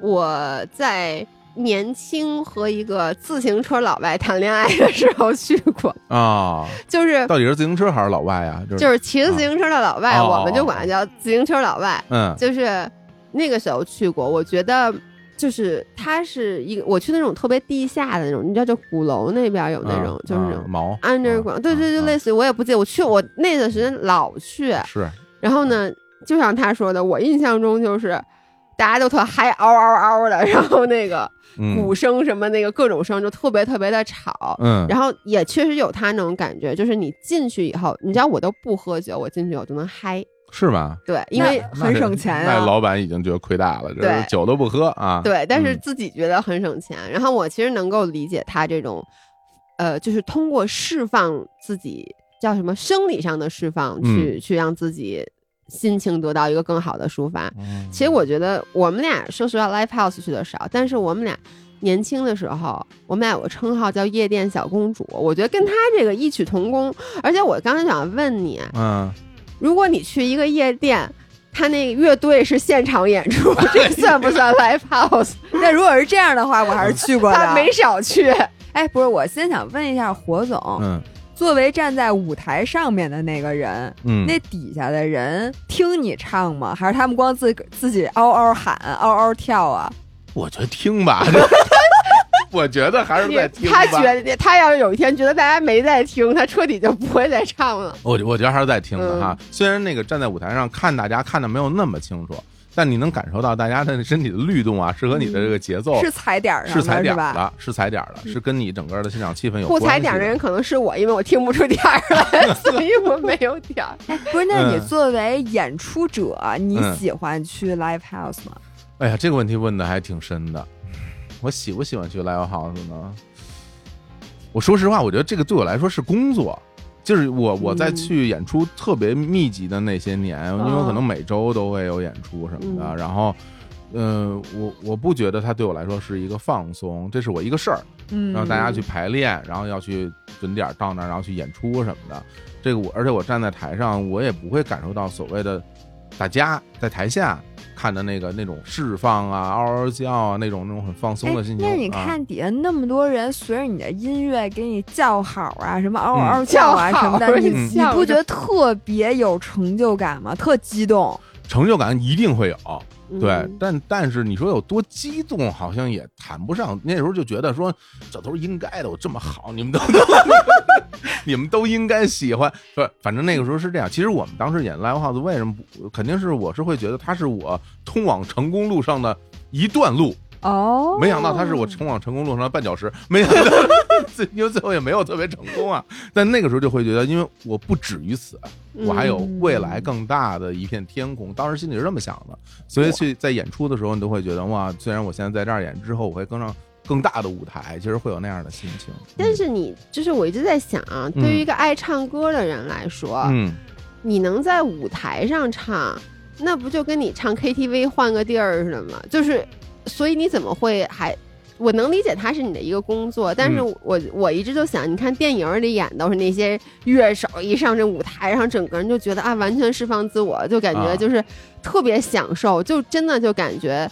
我在年轻和一个自行车老外谈恋爱的时候去过，
啊、
就是
到底是自行车还是老外啊？就是
就是骑着自行车的老外，
啊
我们就管他叫自行车老外。
嗯
就是那个时候去过，我觉得就是它是一个，我去那种特别地下的那种，你知道，就鼓楼那边有那种，
嗯
就是那
嗯
种
毛
underground，、对对，对，
嗯
类似于我也不记得，我去我那段时间老去，
嗯是
然后呢，就像他说的，我印象中就是。大家都特嗨，嗷嗷嗷的，然后那个鼓
嗯
声什么那个各种声就特别特别的吵，
嗯，
然后也确实有他那种感觉，就是你进去以后，你知道我都不喝酒，我进去我就能嗨，
是吧？
对，因为
那
很省钱啊
那老板已经觉得亏大了，这
对
是酒都不喝啊。
对，但是
嗯
自己觉得很省钱。然后我其实能够理解他这种，呃，就是通过释放自己叫什么生理上的释放，
嗯
去、去让自己心情得到一个更好的抒发。
嗯，
其实我觉得我们俩说实话，live house 去的少，但是我们俩年轻的时候，我们俩有个称号叫夜店小公主，我觉得跟他这个异曲同工。而且我刚才想问你，
嗯，
如果你去一个夜店，他那个乐队是现场演出， 这算不 算 live house？
那如果是这样的话，我还是去过
他
的。
没少去。
哎，不是，我先想问一下火总，
嗯
作为站在舞台上面的那个人，
嗯，
那底下的人听你唱吗？还是他们光自自己嗷嗷喊、嗷嗷跳啊？
我觉得听吧， 这我觉得还是在听吧。
他觉得他要是有一天觉得大家没在听，他彻底就不会再唱了。
我我觉得还是在听
嗯
的哈。虽然那个站在舞台上看大家看的没有那么清楚，但你能感受到大家的身体的律动啊，是和你的这
嗯
个节奏
是踩点儿上
啊
是踩
的
点
是
儿
吧？
的，是踩点儿的，是跟你整个的现场气氛有
不
关系的。
踩点儿的人可能是我，因为我听不出点儿来，所以我没有点儿。
哎，不是，那你
嗯
作为演出者，你
嗯
喜欢去 live house 吗？
哎呀，这个问题问的还挺深的。我喜不喜欢去 live house 呢？我说实话，我觉得这个对我来说是工作。就是我我在
嗯
去演出特别密集的那些年，因为可能每周都会有演出什么的，
嗯
然后呃，我我不觉得它对我来说是一个放松，这是我一个事儿，
嗯，
让大家去排练，然后要去准点儿到那儿，然后去演出什么的。这个我，而且我站在台上，我也不会感受到所谓的大家在台下看的那个那种释放啊、嗷嗷叫啊那种那种很放松的心情。
哎那你
啊
看底下那么多人，随着你的音乐给你叫好啊，什么嗷
嗯
嗷叫啊
叫
什
好
么的，你
嗯
你不觉得特别有成就感吗？特激动，
成就感一定会有，
嗯
对，但但是你说有多激动，好像也谈不上。那时候就觉得说，这都是应该的，我这么好，你们都， 你们都应该喜欢。对，反正那个时候是这样。其实我们当时演 live house，为什么不？肯定是我是会觉得它是我通往成功路上的一段路，
哦，
没想到它是我通往成功路上的绊脚石，没想到最 因为最后也没有特别成功啊。但那个时候就会觉得，因为我不止于此，我还有
嗯
未来更大的一片天空。当时心里是这么想的，所以去在演出的时候，你都会觉得哇，虽然我现在在这儿演，之后我会更上更大的舞台，其实会有那样的心情。
但是你就是我一直在想啊，
嗯
对于一个爱唱歌的人来说，
嗯，
你能在舞台上唱，那不就跟你唱 KTV 换个地儿似的吗？就是，所以你怎么会还？我能理解它是你的一个工作，但是
嗯
我、我一直就想，你看电影里演都是那些乐手一上这舞台上，整个人就觉得啊，完全释放自我，就感
啊
觉就是特别享受，就真的就感觉，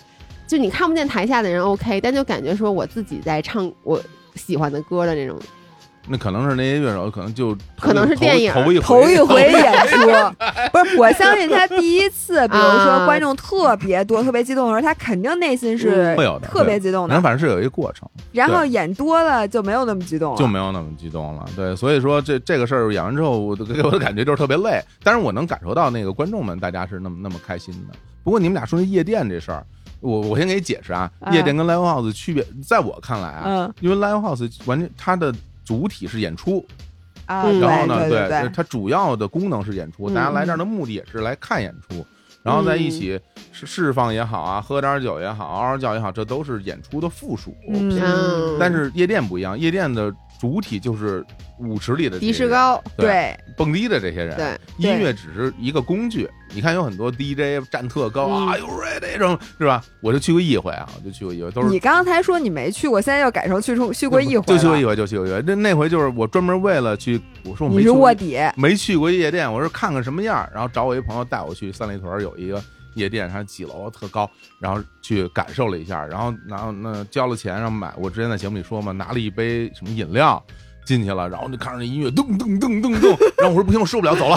就你看不见台下的人 OK，但就感觉说我自己在唱我喜欢的歌的那种，
那可能是那些乐手，可能就
可能是
头一
电影
头一
头一回
回
演 出，不是，我相信他第一次，比如说
啊
观众特别多、特别激动的时候，他肯定内心是
会有的，
特别激动
对。然
的
后。反正是有一个过程，
然后演多了就没有那么激动了，
就没有那么激动了。对，所以说这这个事儿演完之后，我的给我的感觉就是特别累，但是我能感受到那个观众们大家是那么那么开心的。不过你们俩说那夜店这事儿，我我先给你解释啊，
啊
夜店跟 live house 的区别，在我看来啊，
嗯
因为 live house 完全它的主体是演出，
啊，
嗯
对
然后呢，
对
呃它主要的功能是演出，
嗯
大家来这儿的目的也是来看演出，然后在一起
嗯
释释放也好啊，喝点儿酒也好，嗷嗷叫也好，这都是演出的附属品。
嗯
但是夜店不一样，夜店的主体就是舞池里的这些
迪士
人
高，
对，
蹦迪的这些人，
对，
音乐只是一个工具。你看有很多 DJ 站特高
嗯
啊，Are you ready 这种是吧？我就去过一回啊，我就去过一回，都是
你刚才说你没去过，现在又改成去出去过一回，
就去过一，回，就去过一回。那那回就是我专门为了去，我说我
你
没去
是
过
卧底，
没去过夜店，我说看看什么样儿，然后找我一朋友带我去三里屯儿有一个夜店，它几楼特高，然后去感受了一下，然后然后那交了钱，然后买，我之前在节目里说嘛，拿了一杯什么饮料。进去了，然后就看着那音乐咚咚咚咚咚，然后我说不行，我受不了，走 了。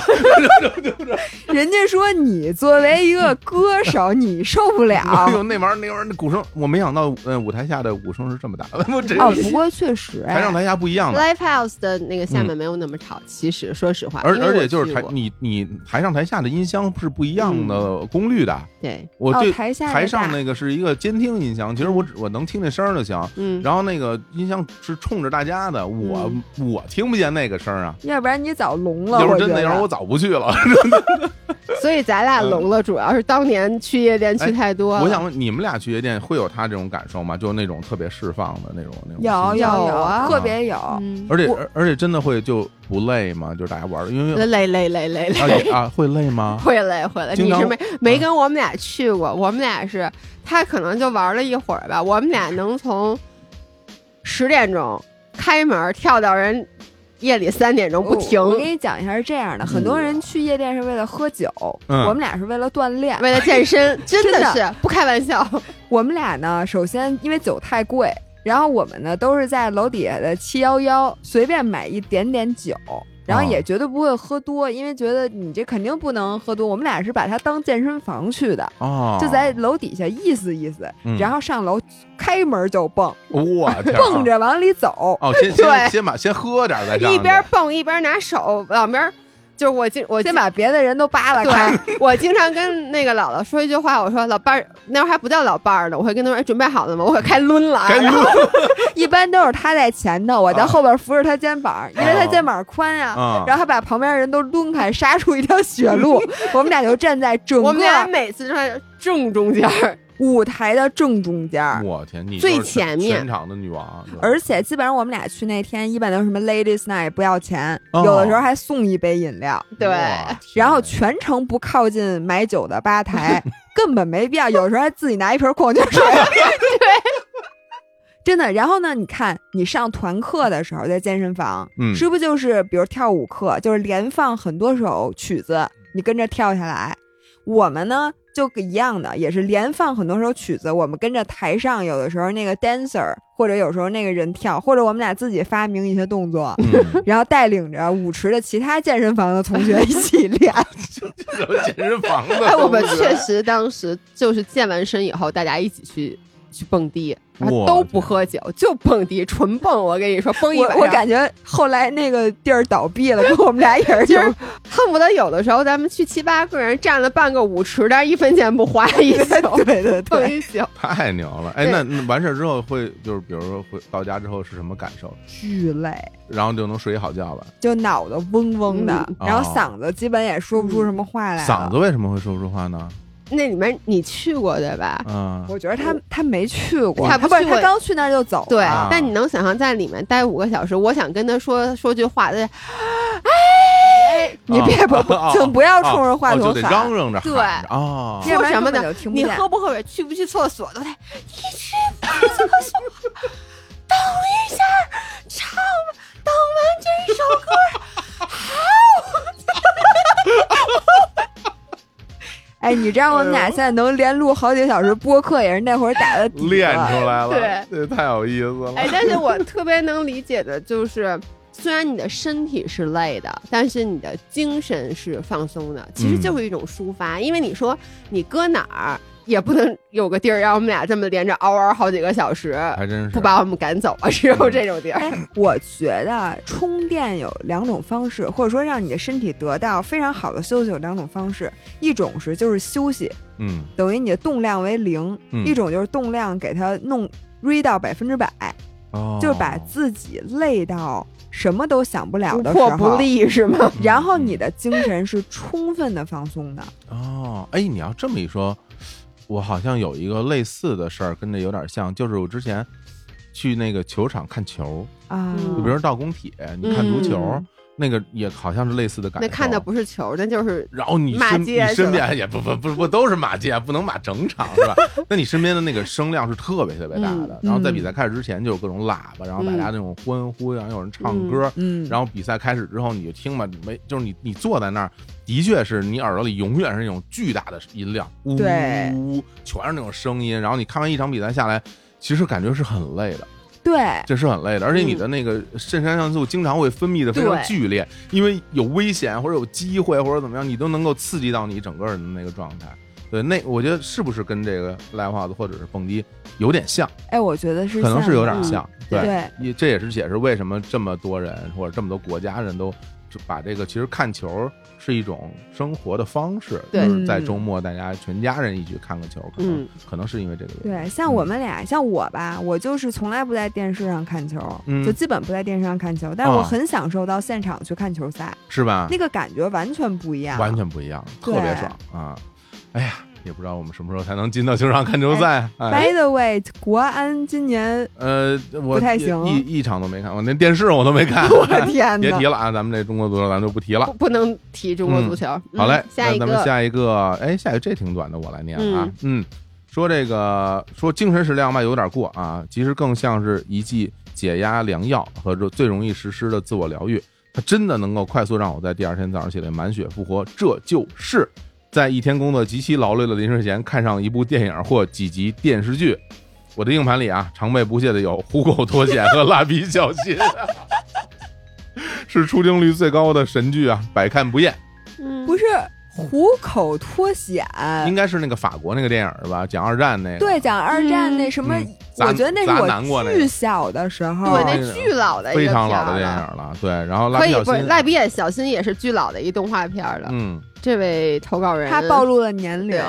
人家说你作为一个歌手，你受不 了。
哎呦，那玩意儿那玩意儿那鼓声，我没想到，呃，舞台下的鼓声是这么大，我真
哦，
是
不过确实， 哎
台上台下不一样的。嗯
Live House 的那个下面没有那么吵，其实说实话，
而
因为
而且
我
就是
去
台
过嗯
你你台上台下的音箱是不一样的功率的，
对，
我
哦
对
台下
台
的
上
大
那个是一个监听音箱，其实
嗯
我只我能听那声儿就行。
嗯，
然后那个音箱是冲着大家的，我我听不见那个声儿啊。
要不然你早聋了。
要
嗯我
是
觉
真
得
的，要是我早不去了。
所以咱俩聋了，主要是当年去夜店
嗯哎
去太多了。
我想问你们俩去夜店会有他这种感受吗？就是那种特别释放的那种那种心情。
有有
有啊
特别有。
嗯，
而且
我
而而且真的会就不累吗？就是大家玩儿，因为
呃累累累累
啊
累，
也啊会累吗？
会累会累。
经
你
常
是没没跟我们俩去过，我们俩是他可能就玩了一会儿吧，我们俩能从十点钟开门跳到人夜里三点钟不停
哦我，我跟你讲一下，是这样的，很多人去夜店是为了喝酒，
嗯
我们俩是为了锻炼。
为了健身，真
真
的
的
是不开玩笑。
我们俩呢，首先因为酒太贵，然后我们呢都是在楼底下的七幺幺随便买一点点酒。然后
哦
也绝对不会喝多，因为觉得你这肯定不能喝多。我们俩是把它当健身房去的，
哦，
就在楼底下意思意思，
嗯
然后上楼开门就蹦，
我天啊，
蹦着往里 走。
哦，先先
对
先把先喝点儿再上去，
一边蹦一边拿手往边儿，就是我经我
先
经
把别的人都扒拉开，
对我经常跟那个姥姥说一句话，我说老伴儿那会儿还不叫老伴儿呢，我会跟他说哎准备好了吗？我可开抡了啊，
该
然后
撸
一般都是他在前头，我在后边扶着他肩膀，因为他肩膀宽呀、
啊
然后他把旁边人都抡开，杀出一条血路，我们俩就站在整
我们俩
个
每次就是正中间儿，
舞台的正中间儿。
我天，你
最
就是全
前面
全场的女王，对
而且基本上我们俩去那天，一般都是什么 ladies night 不要钱，
哦
有的时候还送一杯饮料，
对
哇
然后全程不靠近买酒的吧台，根本没必要。有时候还自己拿一瓶矿泉水，对，真的。然后呢，你看你上团课的时候在健身房，
嗯
是不是就是比如跳舞课，就是连放很多首曲子，你跟着跳下来。我们呢就一样的，也是连放很多首曲子，我们跟着台上有的时候那个 dancer，或者有时候那个人跳，或者我们俩自己发明一些动作，
嗯
然后带领着舞池的其他健身房的同学一起 练。
这种健
嗯
身房的，
哎，我们确实当时就是健完身以后，大家一起去去蹦迪，然后
我
都
天
不喝酒，就蹦迪，纯蹦。我跟你说，蹦一晚
我
上，
我感觉后来那个地儿倒闭了，跟我们俩也是
今
就
儿 恨不得有的时候咱们去七八个人占了半个舞池，但是一分钱不花，一宿
对对
蹦
对，
一宿。
太牛了。哎，
对
那那完事儿之后会就是，比如说回到家之后是什么感受？
巨累，
然后就能睡一好觉了。
就脑子嗡嗡的，
嗯
然后
哦
嗓子基本也说不出什么话来了。
嗓子为什么会说不出话呢？
那里面你去过对吧？
啊，
我觉得他他没去过，
他
不
不
是
去
哦他
过
刚去那儿就走
对
了，，
但你能想象在里面待五个小时，我想跟他说说句话，他
你别不
哦
请不要冲
哦
着话
哦
筒
就得
喊
嚷，嚷着喊着，
对
哦，
要
说
不
什
然
么
根
呢
本就听不
你
见。
喝不喝水，去不去厕所都得，你去不去厕所，等一下，唱，等完这首歌，
哎，你知道我们俩现在能连录好几个小时播客，也是那会儿打的底
练
了
出来了，
对，
这太有意思了。
哎，但是我特别能理解的就是，虽然你的身体是累的，但是你的精神是放松的，其实就是一种抒发。因为你说你搁哪儿也不能有个地儿让我们俩这么连着嗷嗷好几个小时，
还真是
不把我们赶走啊，只有这种地儿。
哎，我觉得充电有两种方式，或者说让你的身体得到非常好的休息有两种方式，一种是就是休息，
嗯
等于你的动量为零；
嗯
一种就是动量给它弄 re 到百分之百，
哦
就是把自己累到什么都想不了的时
破不
候，
立是吗？
然后
嗯
你的精神是充分的放松的。
哦，哎，你要这么一说，我好像有一个类似的事儿，跟这有点像，就是我之前去那个球场看球，
啊，
嗯
就比如说到工体，你看足球，
嗯
那个也好像是类似的感
那
受。
看的不是球，那就是
然后你
骂
身你
街是
身
吧
边也不不不不都是骂街，不能骂整场是 吧？那你身边的那个声量是特别特别大的
嗯，
然后在
嗯
比赛开始之前就有各种喇叭，然后大家那种欢呼，然后有人唱
嗯
歌，
嗯，
然后比赛开始之后，你就听吧，没就是你你坐在那儿，的确是你耳朵里永远是那种巨大的音量，呜
对
呜呜，全是那种声音。然后你看完一场比赛下来，其实感觉是很累的，
对。
这是很累的，而且你的那个肾上腺素经常会分泌的非常
嗯对
剧烈，因为有危险或者有机会或者怎么样，你都能够刺激到你整个人的那个状态。对，那我觉得是不是跟这个 live house 或者是蹦迪有点像，
哎，我觉得是
可能是有点
像的嗯
像，
嗯对
对
也这也是解释为什么这么多人或者这么多国家人都就把这个其实看球是一种生活的方式，
对
就是在周末大家全家人一起看个球，可能、
嗯
可能是因为这个原因。
对，像我们俩，像我吧，我就是从来不在电视上看球，
嗯
就基本不在电视上看球，但是我
啊
很享受到现场去看球赛，
是吧？
那个感觉完全不一样。
完全不一样，特
对
别爽啊！哎呀，也不知道我们什么时候才能进到球场看球赛。哎，
By the way，国安今年，
呃，我
不太
一
行
一一场都没看，我连电视我都没 看。
我的天
别
哪
提！了啊，咱们这中国足球咱就不提了
不。不能提中国足球。嗯
啊好嘞，
下一
那咱们
个，
下一个，哎，下一个这挺短的，我来念啊。嗯，说这个说精神食粮吧，有点过啊，其实更像是一剂解压良药和这最容易实施的自我疗愈。它真的能够快速让我在第二天早上起来满血复活，这就是在一天工作极其劳累的临睡前，看上一部电影或几集电视剧。我的硬盘里啊，常备不懈的有《虎口脱险》和《蜡笔小新》，是出镜率最高的神剧啊，百看不厌。
嗯
不是虎口脱险，
呃
应该是那个法国那个电影儿吧，讲二战那个。
对，讲二战
嗯
那什么
嗯，
我
咱
觉得那
咱难
是
过
我
那个
巨小的时候，
对，
那
那
个
巨老的一个
非常
片
老
儿
的电
了
影儿了。对，然后蜡
可
笔
以
小
不是
新，
蜡笔也小新也是巨老的一动画片儿了。
嗯，
这位投稿人
他暴，露了年龄
对。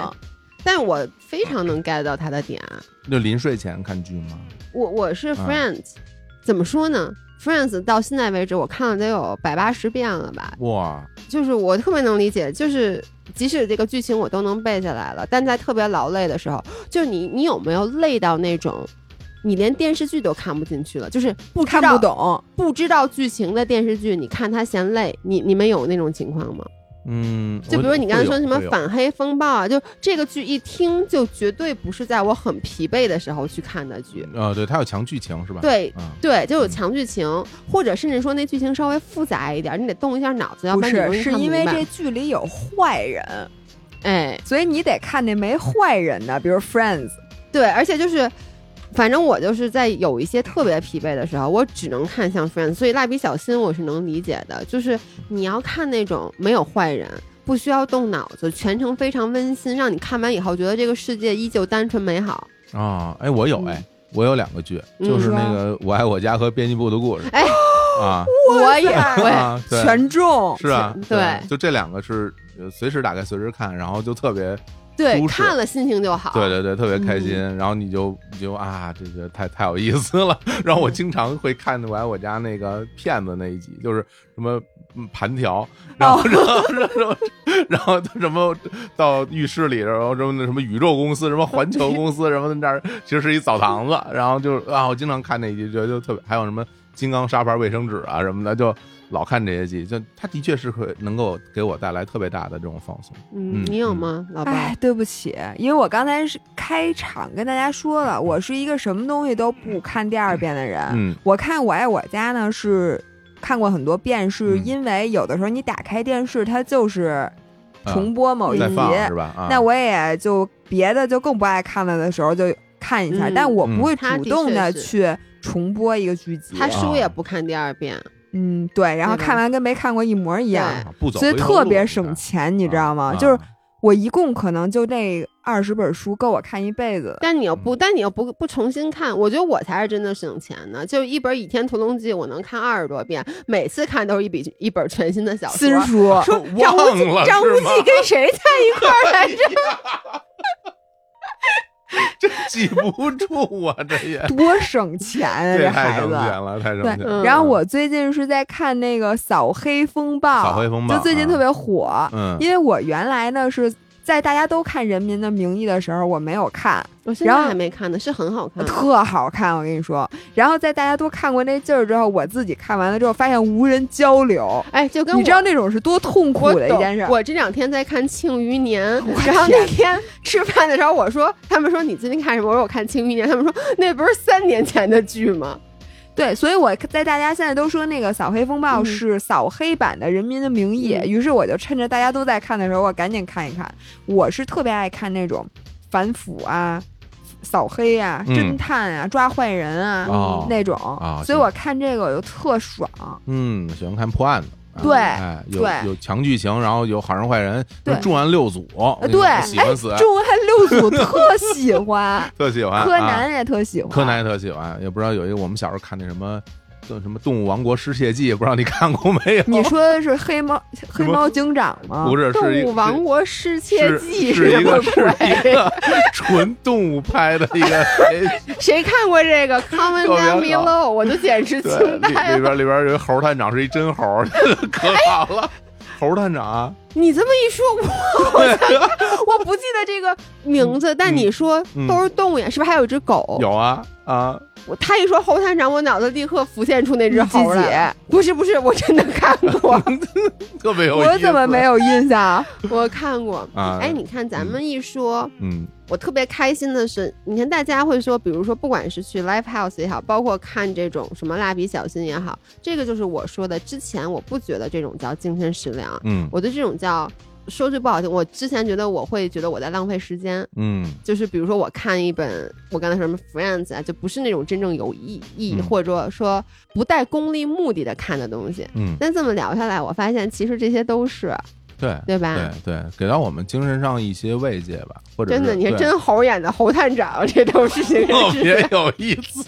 但我非常能 get 到他的点。啊
就临睡前看剧吗？
我我是
啊
Friends，、怎么说呢？Friends 到现在为止，我看了得有百八十遍了吧？
哇，
就是我特别能理解，就是即使这个剧情我都能背下来了，但在特别劳累的时候，就是你你有没有累到那种，你连电视剧都看不进去了，就是不知
看
道
不懂，
不知道剧情的电视剧，你看它嫌累，你你们有那种情况吗？
嗯，
就
我
比如你刚才
会有
说什么
会有
反黑风暴啊，就这个剧一听就绝对不是在我很疲惫的时候去看的剧，
呃，对，它有强剧情是吧？
对。
啊，
对，就有强剧情，或者甚至说那剧情稍微复杂一点，你得动一下脑子，要
不
然你容易
是
看
是
不
因为
明白
这剧里有坏人，
哎，
所以你得看那没坏人的，比如 Friends，
对，而且就是，反正我就是在有一些特别疲惫的时候，我只能看像 Friends，所以蜡笔小新我是能理解的，就是你要看那种没有坏人。不需要动脑子，全程非常温馨，让你看完以后觉得这个世界依旧单纯美好。
啊，哎，我有哎，我有两个剧，
嗯
就是那个《我爱我家》和《编辑部的故事》。
哎
啊，
我也会，
啊，对，
全中。
是啊，
对
就这两个是呃随时打开随时看，然后就特别，
对，
舒适
看了心情就好。
对对对，特别开心。
嗯
然后你就你就啊，这个太太有意思了。然后
嗯
我经常会看《我爱我家》那个骗子那一集，就是什么嗯盘
哦
条，然后、 然后然后然后什么到浴室里，然后什么什么宇宙公司，什么环球公司，什么那儿其实是一澡堂子。然后就啊，我经常看那一集，觉得就特别，还有什么金刚砂牌卫生纸啊什么的，就老看这些剧。就它的确是会能够给我带来特别大的这种放松。
嗯
嗯，
你有吗，老白？
哎，对不起，因为我刚才是开场跟大家说了，我是一个什么东西都不看第二遍的人。
嗯
我看《我爱我家》呢是看过很多遍，是
嗯
因为有的时候你打开电视，它就是重播某一
再
集，
放是吧？啊，
那我也就别的就更不爱看了的时候就看一下，
嗯
但我不会
嗯他
主
的
动
确
的
是
去重播一个剧集。
他书
啊
也不看第二遍，
嗯，对，然后
对吧
看完跟没看过一模一样，
啊不走
哎所以
回头
特
路
别
你
省
看
钱，你知道吗？
啊
就是我一共可能就那二十本书够我看一辈子。
但你又
嗯
不，但你又不不重新看，我觉得我才是真的省钱呢。就一本《倚天屠龙记》，我能看二十多遍，每次看都是一笔一本全新的小说。
新书，
说
张无
忘
忌
了，
张无忌 跟谁在一块儿来着？
这记不住啊，这也
多省钱 啊！
这太
孩
省
子，
钱了，太省
对
钱了。
嗯
然后我最近是在看那个《扫黑风暴》，
扫黑风暴
就最近特别火，
嗯，
因为我原来呢是在大家都看《人民的名义》的时候我没有看，
我现在还没看呢，是很好看。
特好看，我跟你说。然后在大家都看过那劲儿之后，我自己看完了之后发现无人交流，
哎，就跟我
你知道那种是多痛苦
我
的一
懂
件事。
我这两天在看《庆余年》
我，
然后
天
那天吃饭的时候，我说他们说你最近看什么？我说我看《庆余年》，他们说那不是三年前的剧 吗？
对，所以我在大家现在都说那个《扫黑风暴》
嗯
是扫黑版的《人民的名义》
嗯
于是我就趁着大家都在看的时候，我赶紧看一看。我是特别爱看那种反腐啊、扫黑啊、
嗯
侦探啊、抓坏人啊、
哦
那种、
啊
所以
是
我看这个我就特爽。
嗯，喜欢看破案的。啊
对
哎，有
对
有强剧情，然后有好人坏人，
对呃
重案六组，那
对哎
个喜欢死，
中文还六组特喜欢，
特喜欢。
柯
啊，
南也特喜欢，
柯南也特喜欢，也不知道有一个我们小时候看那什么，叫什么《动物王国失窃记》，不知道你看过没有？
你说的是黑猫黑
么
猫警长吗？
不是，
《
是一
动物王国失窃
是
记》
是
什
一
么
个是一
鬼？
个纯动物拍的一个
谁看过这个《
特
Common
别
Down
好
Below》？我就简 直
对，
惊
里
呆
里
了。
边里边有一猴探长是一真猴， 可好了，猴探长 啊，
你这么一说，我好像我不记得这个名字，但你说
嗯
都是动物园，是不是还有一只狗？
有啊啊，
我他一说猴探长，我脑子立刻浮现出那只猴
你自己
来。不是不是，我真的看 过，
特别有意思。
我怎么没？有印象？
我看过。
啊
哎，你看咱们一说，
嗯
我特别开心的是，你看大家会说，比如说不管是去 live house 也好，包括看这种什么蜡笔小新也好，这个就是我说的，之前我不觉得这种叫精神食粮，
嗯
我对这种叫说句不好听，我之前觉得我会觉得我在浪费时间，
嗯
就是比如说我看一本我刚才说什么 Friends 啊，就不是那种真正有意义、
嗯
或者说说不带功利目的的看的东西。
嗯，
但这么聊下来，我发现其实这些都是
对
对吧？
对对，给到我们精神上一些慰藉吧，或者
真的，
是
你看
对
真猴演的侯探长，这都 是啊这
特
个事
别有意思。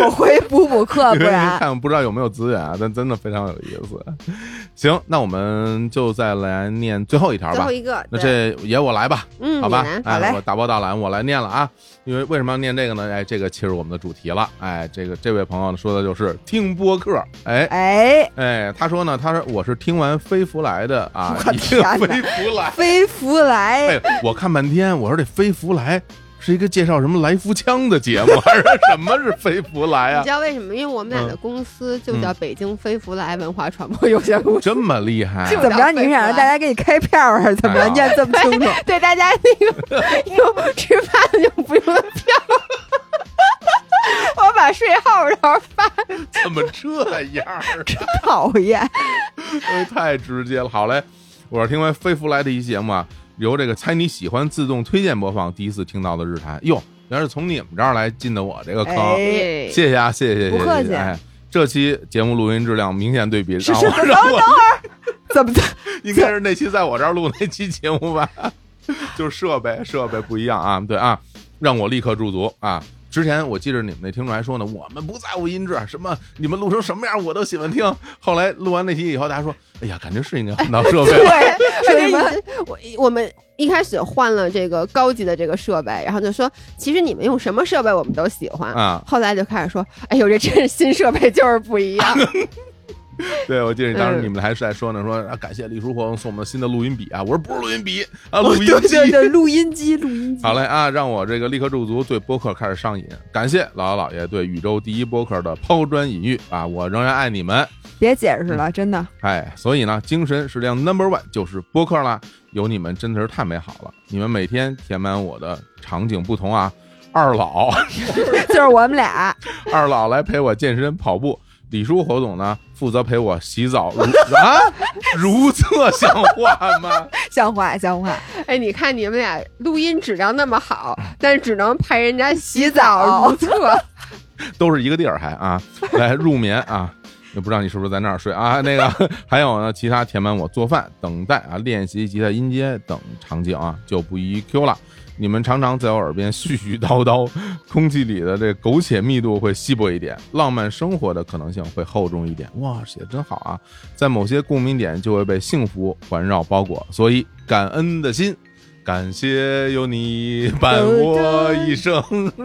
我回补补 课，
因
不
为
然。
看不知道有没有资源啊，但真的非常有意思。行，那我们就再来念最后一条
最
吧
后。一个，
那
对
这也我来吧，
嗯，
好
你
吧
来，
好嘞
哎，我打包大揽，我来念了啊。因为为什么要念这个呢？哎，这个切入我们的主题了。哎，这个这位朋友呢说的就是听播客，哎。
哎，
哎，他说呢，他说我是听完飞福来的啊，
我
一这个
天哪
飞福来，
飞福来
哎，我看半天，我说这飞福来是一个介绍什么来福枪的节目，还是什么是飞福来
你
啊
知？道为什么？因为我们俩的
嗯
公司就叫北京飞福来文化传播有限公 司。
这么厉害啊
就
怎么着？你是想让大家给你开票还是怎
哎
么着？念这么清楚，
对大家那个用吃饭就不用票， 我把税号然后发。
怎么这样啊？
讨厌！
哎太直接了。好嘞，我是听完飞福来的一期节目啊，由这个猜你喜欢自动推荐播放，第一次听到的日坛。哟，原来是从你们这儿来进的我这个坑，
哎
谢谢啊，谢谢，谢谢，
不客气
谢谢哎这期节目录音质量明显对比，
是
让
是，
我
等
让
等
我
会儿，怎么的？
应该是那期在我这儿录那期节目吧， 就是设备设备不一样啊，对啊，让我立刻驻足啊。之前我记着你们那听众还说呢，我们不在乎音质，什么你们录成什么样我都喜欢听。后来录完那期以后，大家说，哎呀，感觉是应该换到设备了。
对，
所
说什
以
么？
我我们一开始换了这个高级的这个设备，然后就说，其实你们用什么设备我们都喜欢。
啊
后来就开始说，哎呦，这真是新设备就是不 一样。
对，我记得当时
嗯
你们还是在说呢，说啊，感谢李叔活动送我们新的录音笔啊，我说不是录音笔啊，录音
对
机。
对对，录音机，录音机
好。嘞啊，让我这个立刻驻足，对播客开始上瘾。感谢姥姥姥爷对宇宙第一播客的抛砖引玉啊，我仍然爱你们。
别解释了，真的。
哎，所以呢，精神食粮 number one 就是播客啦。有你们真的是太美好了，你们每天填满我的场景不同啊。二老，
就是我们俩，
二老来陪我健身跑步，李叔侯总呢负责陪我洗澡。如 啊，如厕像话吗？
像话像 话，
哎，你看你们俩录音质量那么好，但是只能陪人家洗
澡
澡如厕。
都是一个地儿还啊，来入眠啊，也不知道你是不是在那儿睡啊。 那个还有呢，其他填满我做饭、等待啊、练习吉他音阶等场景啊，就不一一 Q 了。你们常常在我耳边絮絮叨叨， 空气里的这苟且密度会稀薄一点，浪漫生活的可能性会厚重一点。哇，写的真好啊！在某些共鸣点就会被幸福环绕包裹，所以感恩的心，感谢有你伴我一生。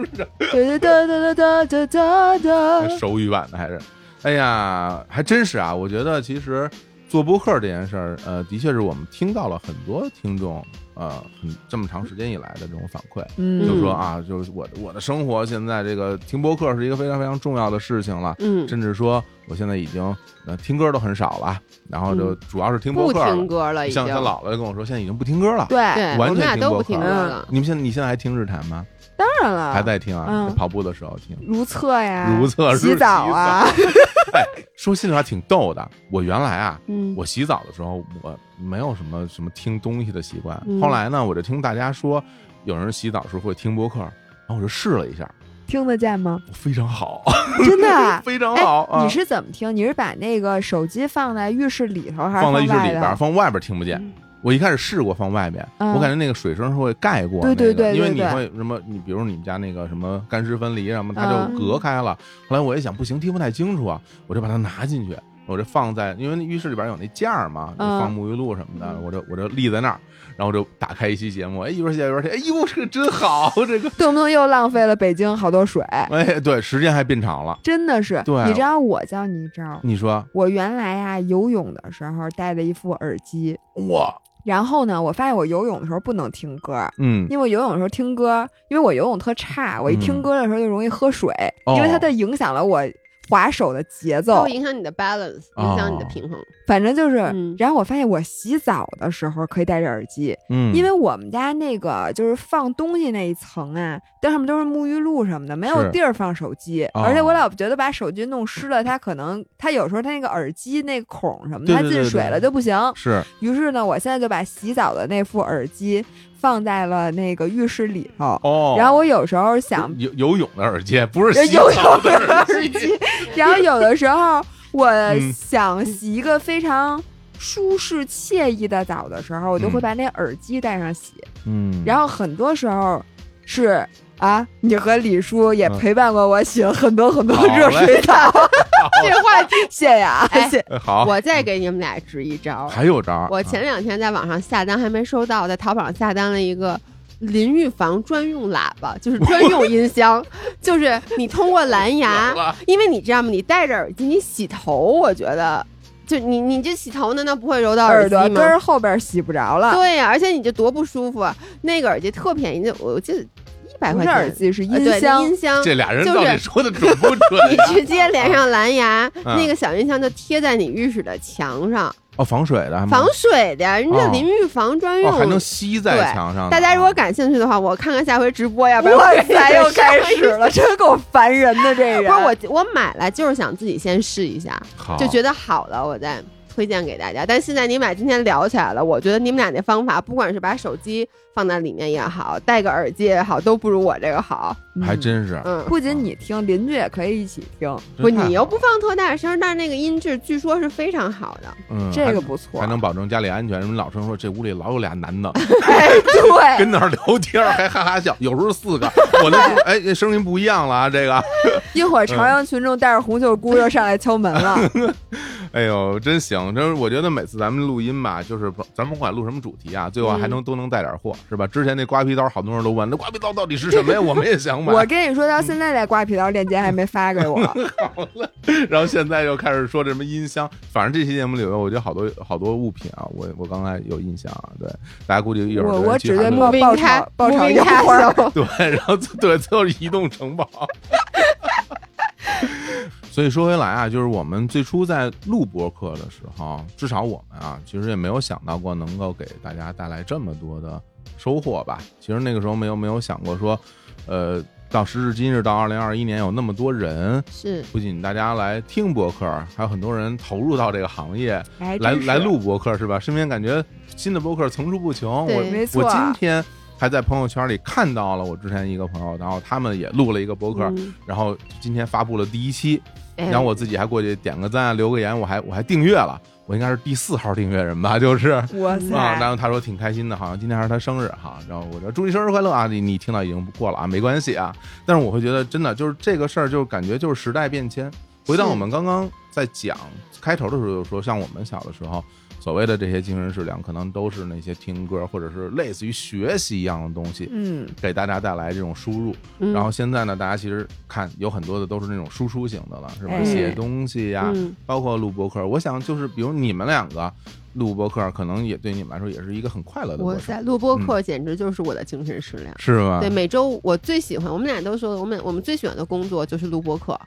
哒哒哒哒哒哒哒哒。
手语版的还是，哎呀，还真是啊！我觉得其实做播客这件事儿，呃，的确是我们听到了很多听众，呃，很这么长时间以来的这种反馈，就
嗯，
说啊，就是我的我的生活现在这个听播客是一个非常非常重要的事情了，
嗯，
甚至说我现在已经呃听歌都很少了，然后就主要是听播
嗯不
客了
听歌了，已经
像。像姥姥就跟我说，现在已经不听歌了。
对，
对，
完全
我们俩
听
都
播
不
客嗯
听歌
了
了。
你们现你现在还听日坛吗？
当然了，
还在听啊？
嗯
跑步的时候听。
如厕呀，
如厕
哎洗澡啊，
哎，说心里话挺逗的。我原来啊，
嗯，
我洗澡的时候我没有什么什么听东西的习惯。
嗯
后来呢，我就听大家说，有人洗澡的时候会听播客，然后我就试了一下，
听得见吗？
非常好，。
真的啊
非常好。 啊
你是怎么听？你是把那个手机放在浴室里头，还是
放在浴室
外
里边，
头？
放外边听不见
嗯。
我一开始试过放外边，
嗯
我感觉那个水声是会盖过那
对
个，
对对对
因为你
对
会什么，你比如你们家那个什么干湿分离什么，它
嗯
就隔开了。后来我一想，不行，听不太清楚啊，我就把它拿进去，我就放在，因为那浴室里边有那架儿嘛，就
嗯
放沐浴露什么的，
嗯
我就我就立在那儿，然后我就打开一期节目，哎，一边写一边听，哎呦，这个真好，这 个，
动不动又浪费了北京好多水，
哎，对，时间还变长了。
真的是。
对
你知道我教你一招。
你说
我原来啊游泳的时候戴了一副耳机，
我，
然后呢，我发现我游泳的时候不能听歌，
嗯，
因为我游泳的时候听歌，因为我游泳特差，我一听
嗯
歌的时候就容易喝水，
哦
因为它的影响了我划手的节
它
奏
会。影响你的 balance，影
哦
响你的 平衡。
反正就是，
嗯
然后我发现我洗澡的时候可以戴着耳机，
嗯，
因为我们家那个就是放东西那一层啊，但上面都是沐浴露什么的，没有
是
地儿放手机，
哦
而且我老觉得把手机弄湿了，它可能它有时候它那个耳机那个孔什么
对
的，它
对
进
对
水
对
了就不行。
是
于是呢，我现在就把洗澡的那副耳机放在了那个浴室里头。
哦，嗯
然后我有时候想，
游游泳的耳机不是洗
游
澡
泳
的耳机，
然后有的时候我
嗯
想洗一个非常舒适惬意的澡的时候，我就会
嗯
把那耳机戴上洗。
嗯，
然后很多时候是啊，你和李叔也
嗯
陪伴过我洗了很多很多
好嘞
热水澡，
这话题，
谢谢 啊，
哎
谢。
哎好，
我再给你们俩支一 招。
还有招儿，
我前两天在网上下单，还没收到，在淘宝上下单了一个淋浴房专用喇叭，就是专用 音箱，就是你通过蓝牙
懂了，
因为你知道吗？你戴着耳机，你洗头，我觉得。就你你这洗头难道不会揉到
耳
机
朵根
吗？
儿后边洗不着了，
对呀、而且你这多不舒服啊！那个耳机特便宜，那我记得一百
不
块
是
钱，
耳机是
呃对
音箱，
音箱
这俩人
就
到底
是
说的准不准啊
你
呀？
直接连上蓝牙，
嗯
那个小音箱就贴在你浴室的墙上，
哦，防水的还蛮
防水的呀，人家
哦
淋浴房专用。
哦，还能吸在
对
墙上呢。哦
大家如果感兴趣的话，我看看下回直播，要不然我
哇
也
塞，又开始。 了，真够烦人的这人。
不是我，我买来就是想自己先试一下，
好
就觉得好了，我再推荐给大家。但现在你们俩今天聊起来了，我觉得你们俩那方法，不管是把手机放在里面也好，戴个耳机也好，都不如我这个好。
还
嗯
真嗯是，
嗯，
不仅你听，邻居也可以一起听，
真
不，
太
你又
好
不放特大声，但是那个音质据说是非常好的。
嗯
这
还
个不错
还。能保证家里安全。什么老生说这屋里老有俩男的
哎， 对，
跟那儿聊天儿，还哈哈笑，有时候四个，我都说哎这声音不一样了啊，这个，
一会儿朝阳群众带着红袖箍又上来敲门了。
哎呦真行，真是我觉得每次咱们录音吧，就是不咱们不管录什么主题啊，最后
嗯
还能都能带点货，是吧？之前那刮皮刀好多人都问那刮皮刀到底是什么 呀，我们也想买
我，跟你说，到现在那刮皮刀链接还没发给我，
然后现在又开始说这什么音箱，反正这期节目里面，我觉得好多好多物品啊，我我刚才有印象啊，对，大家估计一会儿
我
就
我
去
只
韩
对
国
报报仇报仇要花儿。
对，然后最对，最后是移动城堡。 所以说回来啊，就是我们最初在录播客的时候，至少我们啊，其实也没有想到过能够给大家带来这么多的收获吧。其实那个时候没有没有想过说，呃，到时至今日到二零二一年，有那么多人，
是，
不仅大家来听播客，还有很多人投入到这个行业，
哎
来
真是
来录播客是吧？身边感觉新的播客层出不穷，我
对
没
我
错。
今天还在朋友圈里看到了我之前一个朋友，然后他们也录了一个博客，
嗯
然后今天发布了第一期，
哎
然后我自己还过去点个赞、留个言，我还我还订阅了，我应该是第四号订阅人吧，就是啊。
哇
然
塞，
后他说挺开心的，好像今天还是他生日哈。然后我说祝你生日快乐啊！你你听到已经过了啊，没关系啊。但是我会觉得真的就是这个事儿，就是感觉就是时代变迁。回到
是
我们刚刚在讲开头的时候，就说像我们小的时候，所谓的这些精神食粮，可能都是那些听歌或者是类似于学习一样的东西，
嗯，
给大家带来这种输入。
嗯
然后现在呢，大家其实看有很多的都是那种输出型的了，是吧？
哎
写东西呀、
嗯
包括录播客。我想就是，比如你们两个录播客，可能也对你们来说也是一个很快乐的过
我
程，
在录播课简直就是我的精神食粮。
是吗？
对，每周我最喜欢，我们俩都说，我们我们最喜欢的工作就是录播课。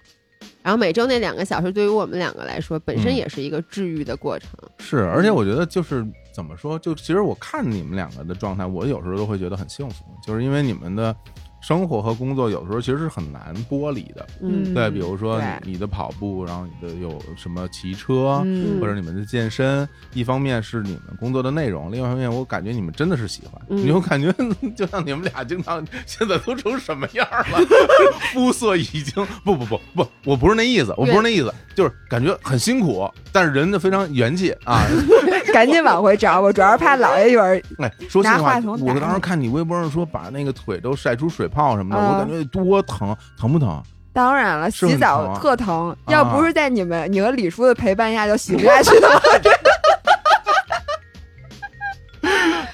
然后每周那两个小时，对于我们两个来说，本身
嗯
也是一个治愈的过程。
是。而且我觉得就是怎么说，就其实我看你们两个的状态，我有时候都会觉得很幸福，就是因为你们的生活和工作有时候其实是很难剥离的。
嗯，
对，比如说
对
你你的跑步，然后你的有什么骑车，
嗯
或者你们的健身，一方面是你们工作的内容，另外一方面我感觉你们真的是喜欢，
嗯
你就感觉 就像你们俩经常现在都成什么样 了，肤色已经不不不不，我不是那意思，我不是那意思，就是感觉很辛苦，但是人家非常元气 啊。
赶紧往回找，我主要是怕姥爷一会儿
哎，说心里
拿
话
话，筒打
我当时看你微博上说把那个腿都晒出水泡什么的，
嗯
我感觉多疼，疼不疼？
当 然了，
是很
洗
疼
澡
啊
特疼，
啊
要不是在你们你和李叔的陪伴下，就洗不下去了。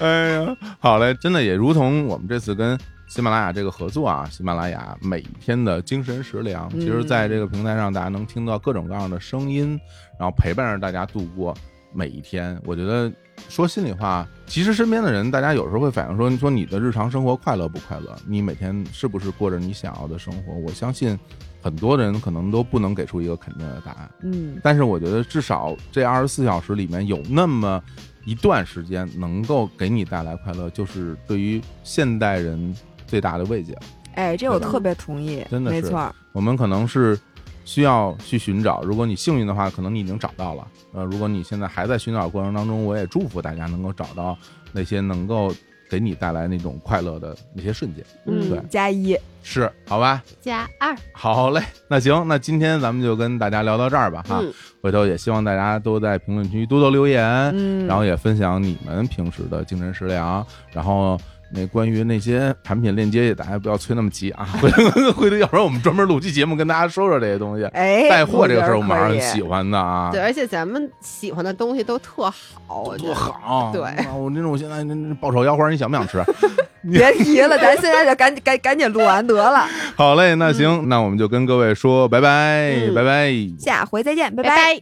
哎呀，好嘞，真的也如同我们这次跟喜马拉雅这个合作啊，喜马拉雅每天的精神食粮，
嗯
其实在这个平台上，大家能听到各种各样的声音，然后陪伴着大家度过每一天。我觉得说心里话，其实身边的人，大家有时候会反映说，你说你的日常生活快乐不快乐？你每天是不是过着你想要的生活？我相信很多人可能都不能给出一个肯定的答案。
嗯，
但是我觉得至少这二十四小时里面有那么一段时间能够给你带来快乐，就是对于现代人最大的慰藉。
哎，这我
对吧
特别同意，
真的是
没错儿。
我们可能是需要去寻找，如果你幸运的话，可能你已经找到了。呃，如果你现在还在寻找过程当中，我也祝福大家能够找到那些能够给你带来那种快乐的那些瞬间。
嗯
对啊
加一，
是，好吧，
加二，
好嘞，那行，那今天咱们就跟大家聊到这儿吧哈。
嗯，
回头也希望大家都在评论区多多留言，
嗯，
然后也分享你们平时的精神食粮，然后。那关于那些产品链接，也大家不要催那么急啊！ 回头回头，要不然我们专门录期节目跟大家说说这些东西。
哎，
带货这个事儿，我马
可
上
以
喜欢的啊，
对，而且咱们喜欢的东西都特好，我觉
多
得。
好！
对
哇，我那种现在那那爆炒腰花，你想不想吃？
别提了，咱现在就赶紧赶赶紧录完得了，
好 嘞，那行，那我们就跟各位说拜拜，
嗯
拜拜。
下回再见，拜
拜。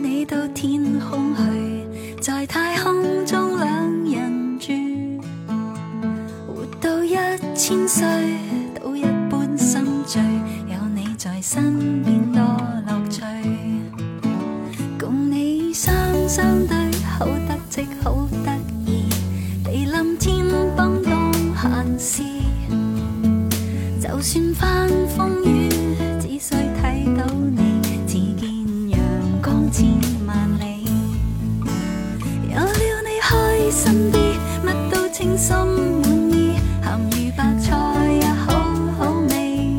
飛到天空去，在太空中兩人住，活到一千歲，到一般心醉，有你在身邊多樂趣，共你雙雙對，好得戚好得意，地冧天崩當閒事。就算翻風雨，只需睇到你，自見陽光千萬里。有了你開心啲，乜都稱心滿意，鹹魚白菜也好好味。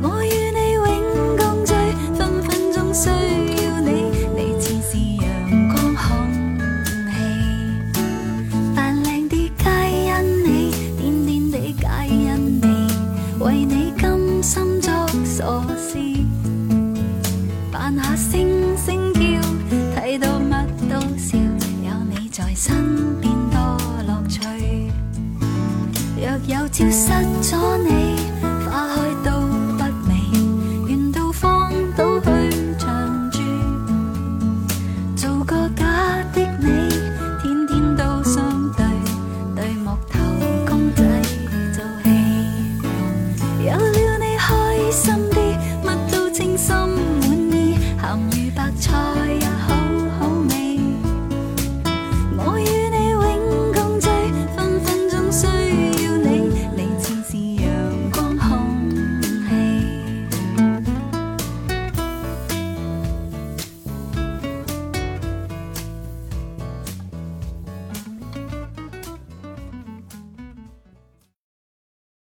我與你永共聚，分分鐘需要你，你似是陽光空氣。扮靚啲皆因你，癲癲地皆因你，為你甘心作傻事，扮下星星叫，睇到乜都笑，有你在身邊多樂趣。若有朝失咗你，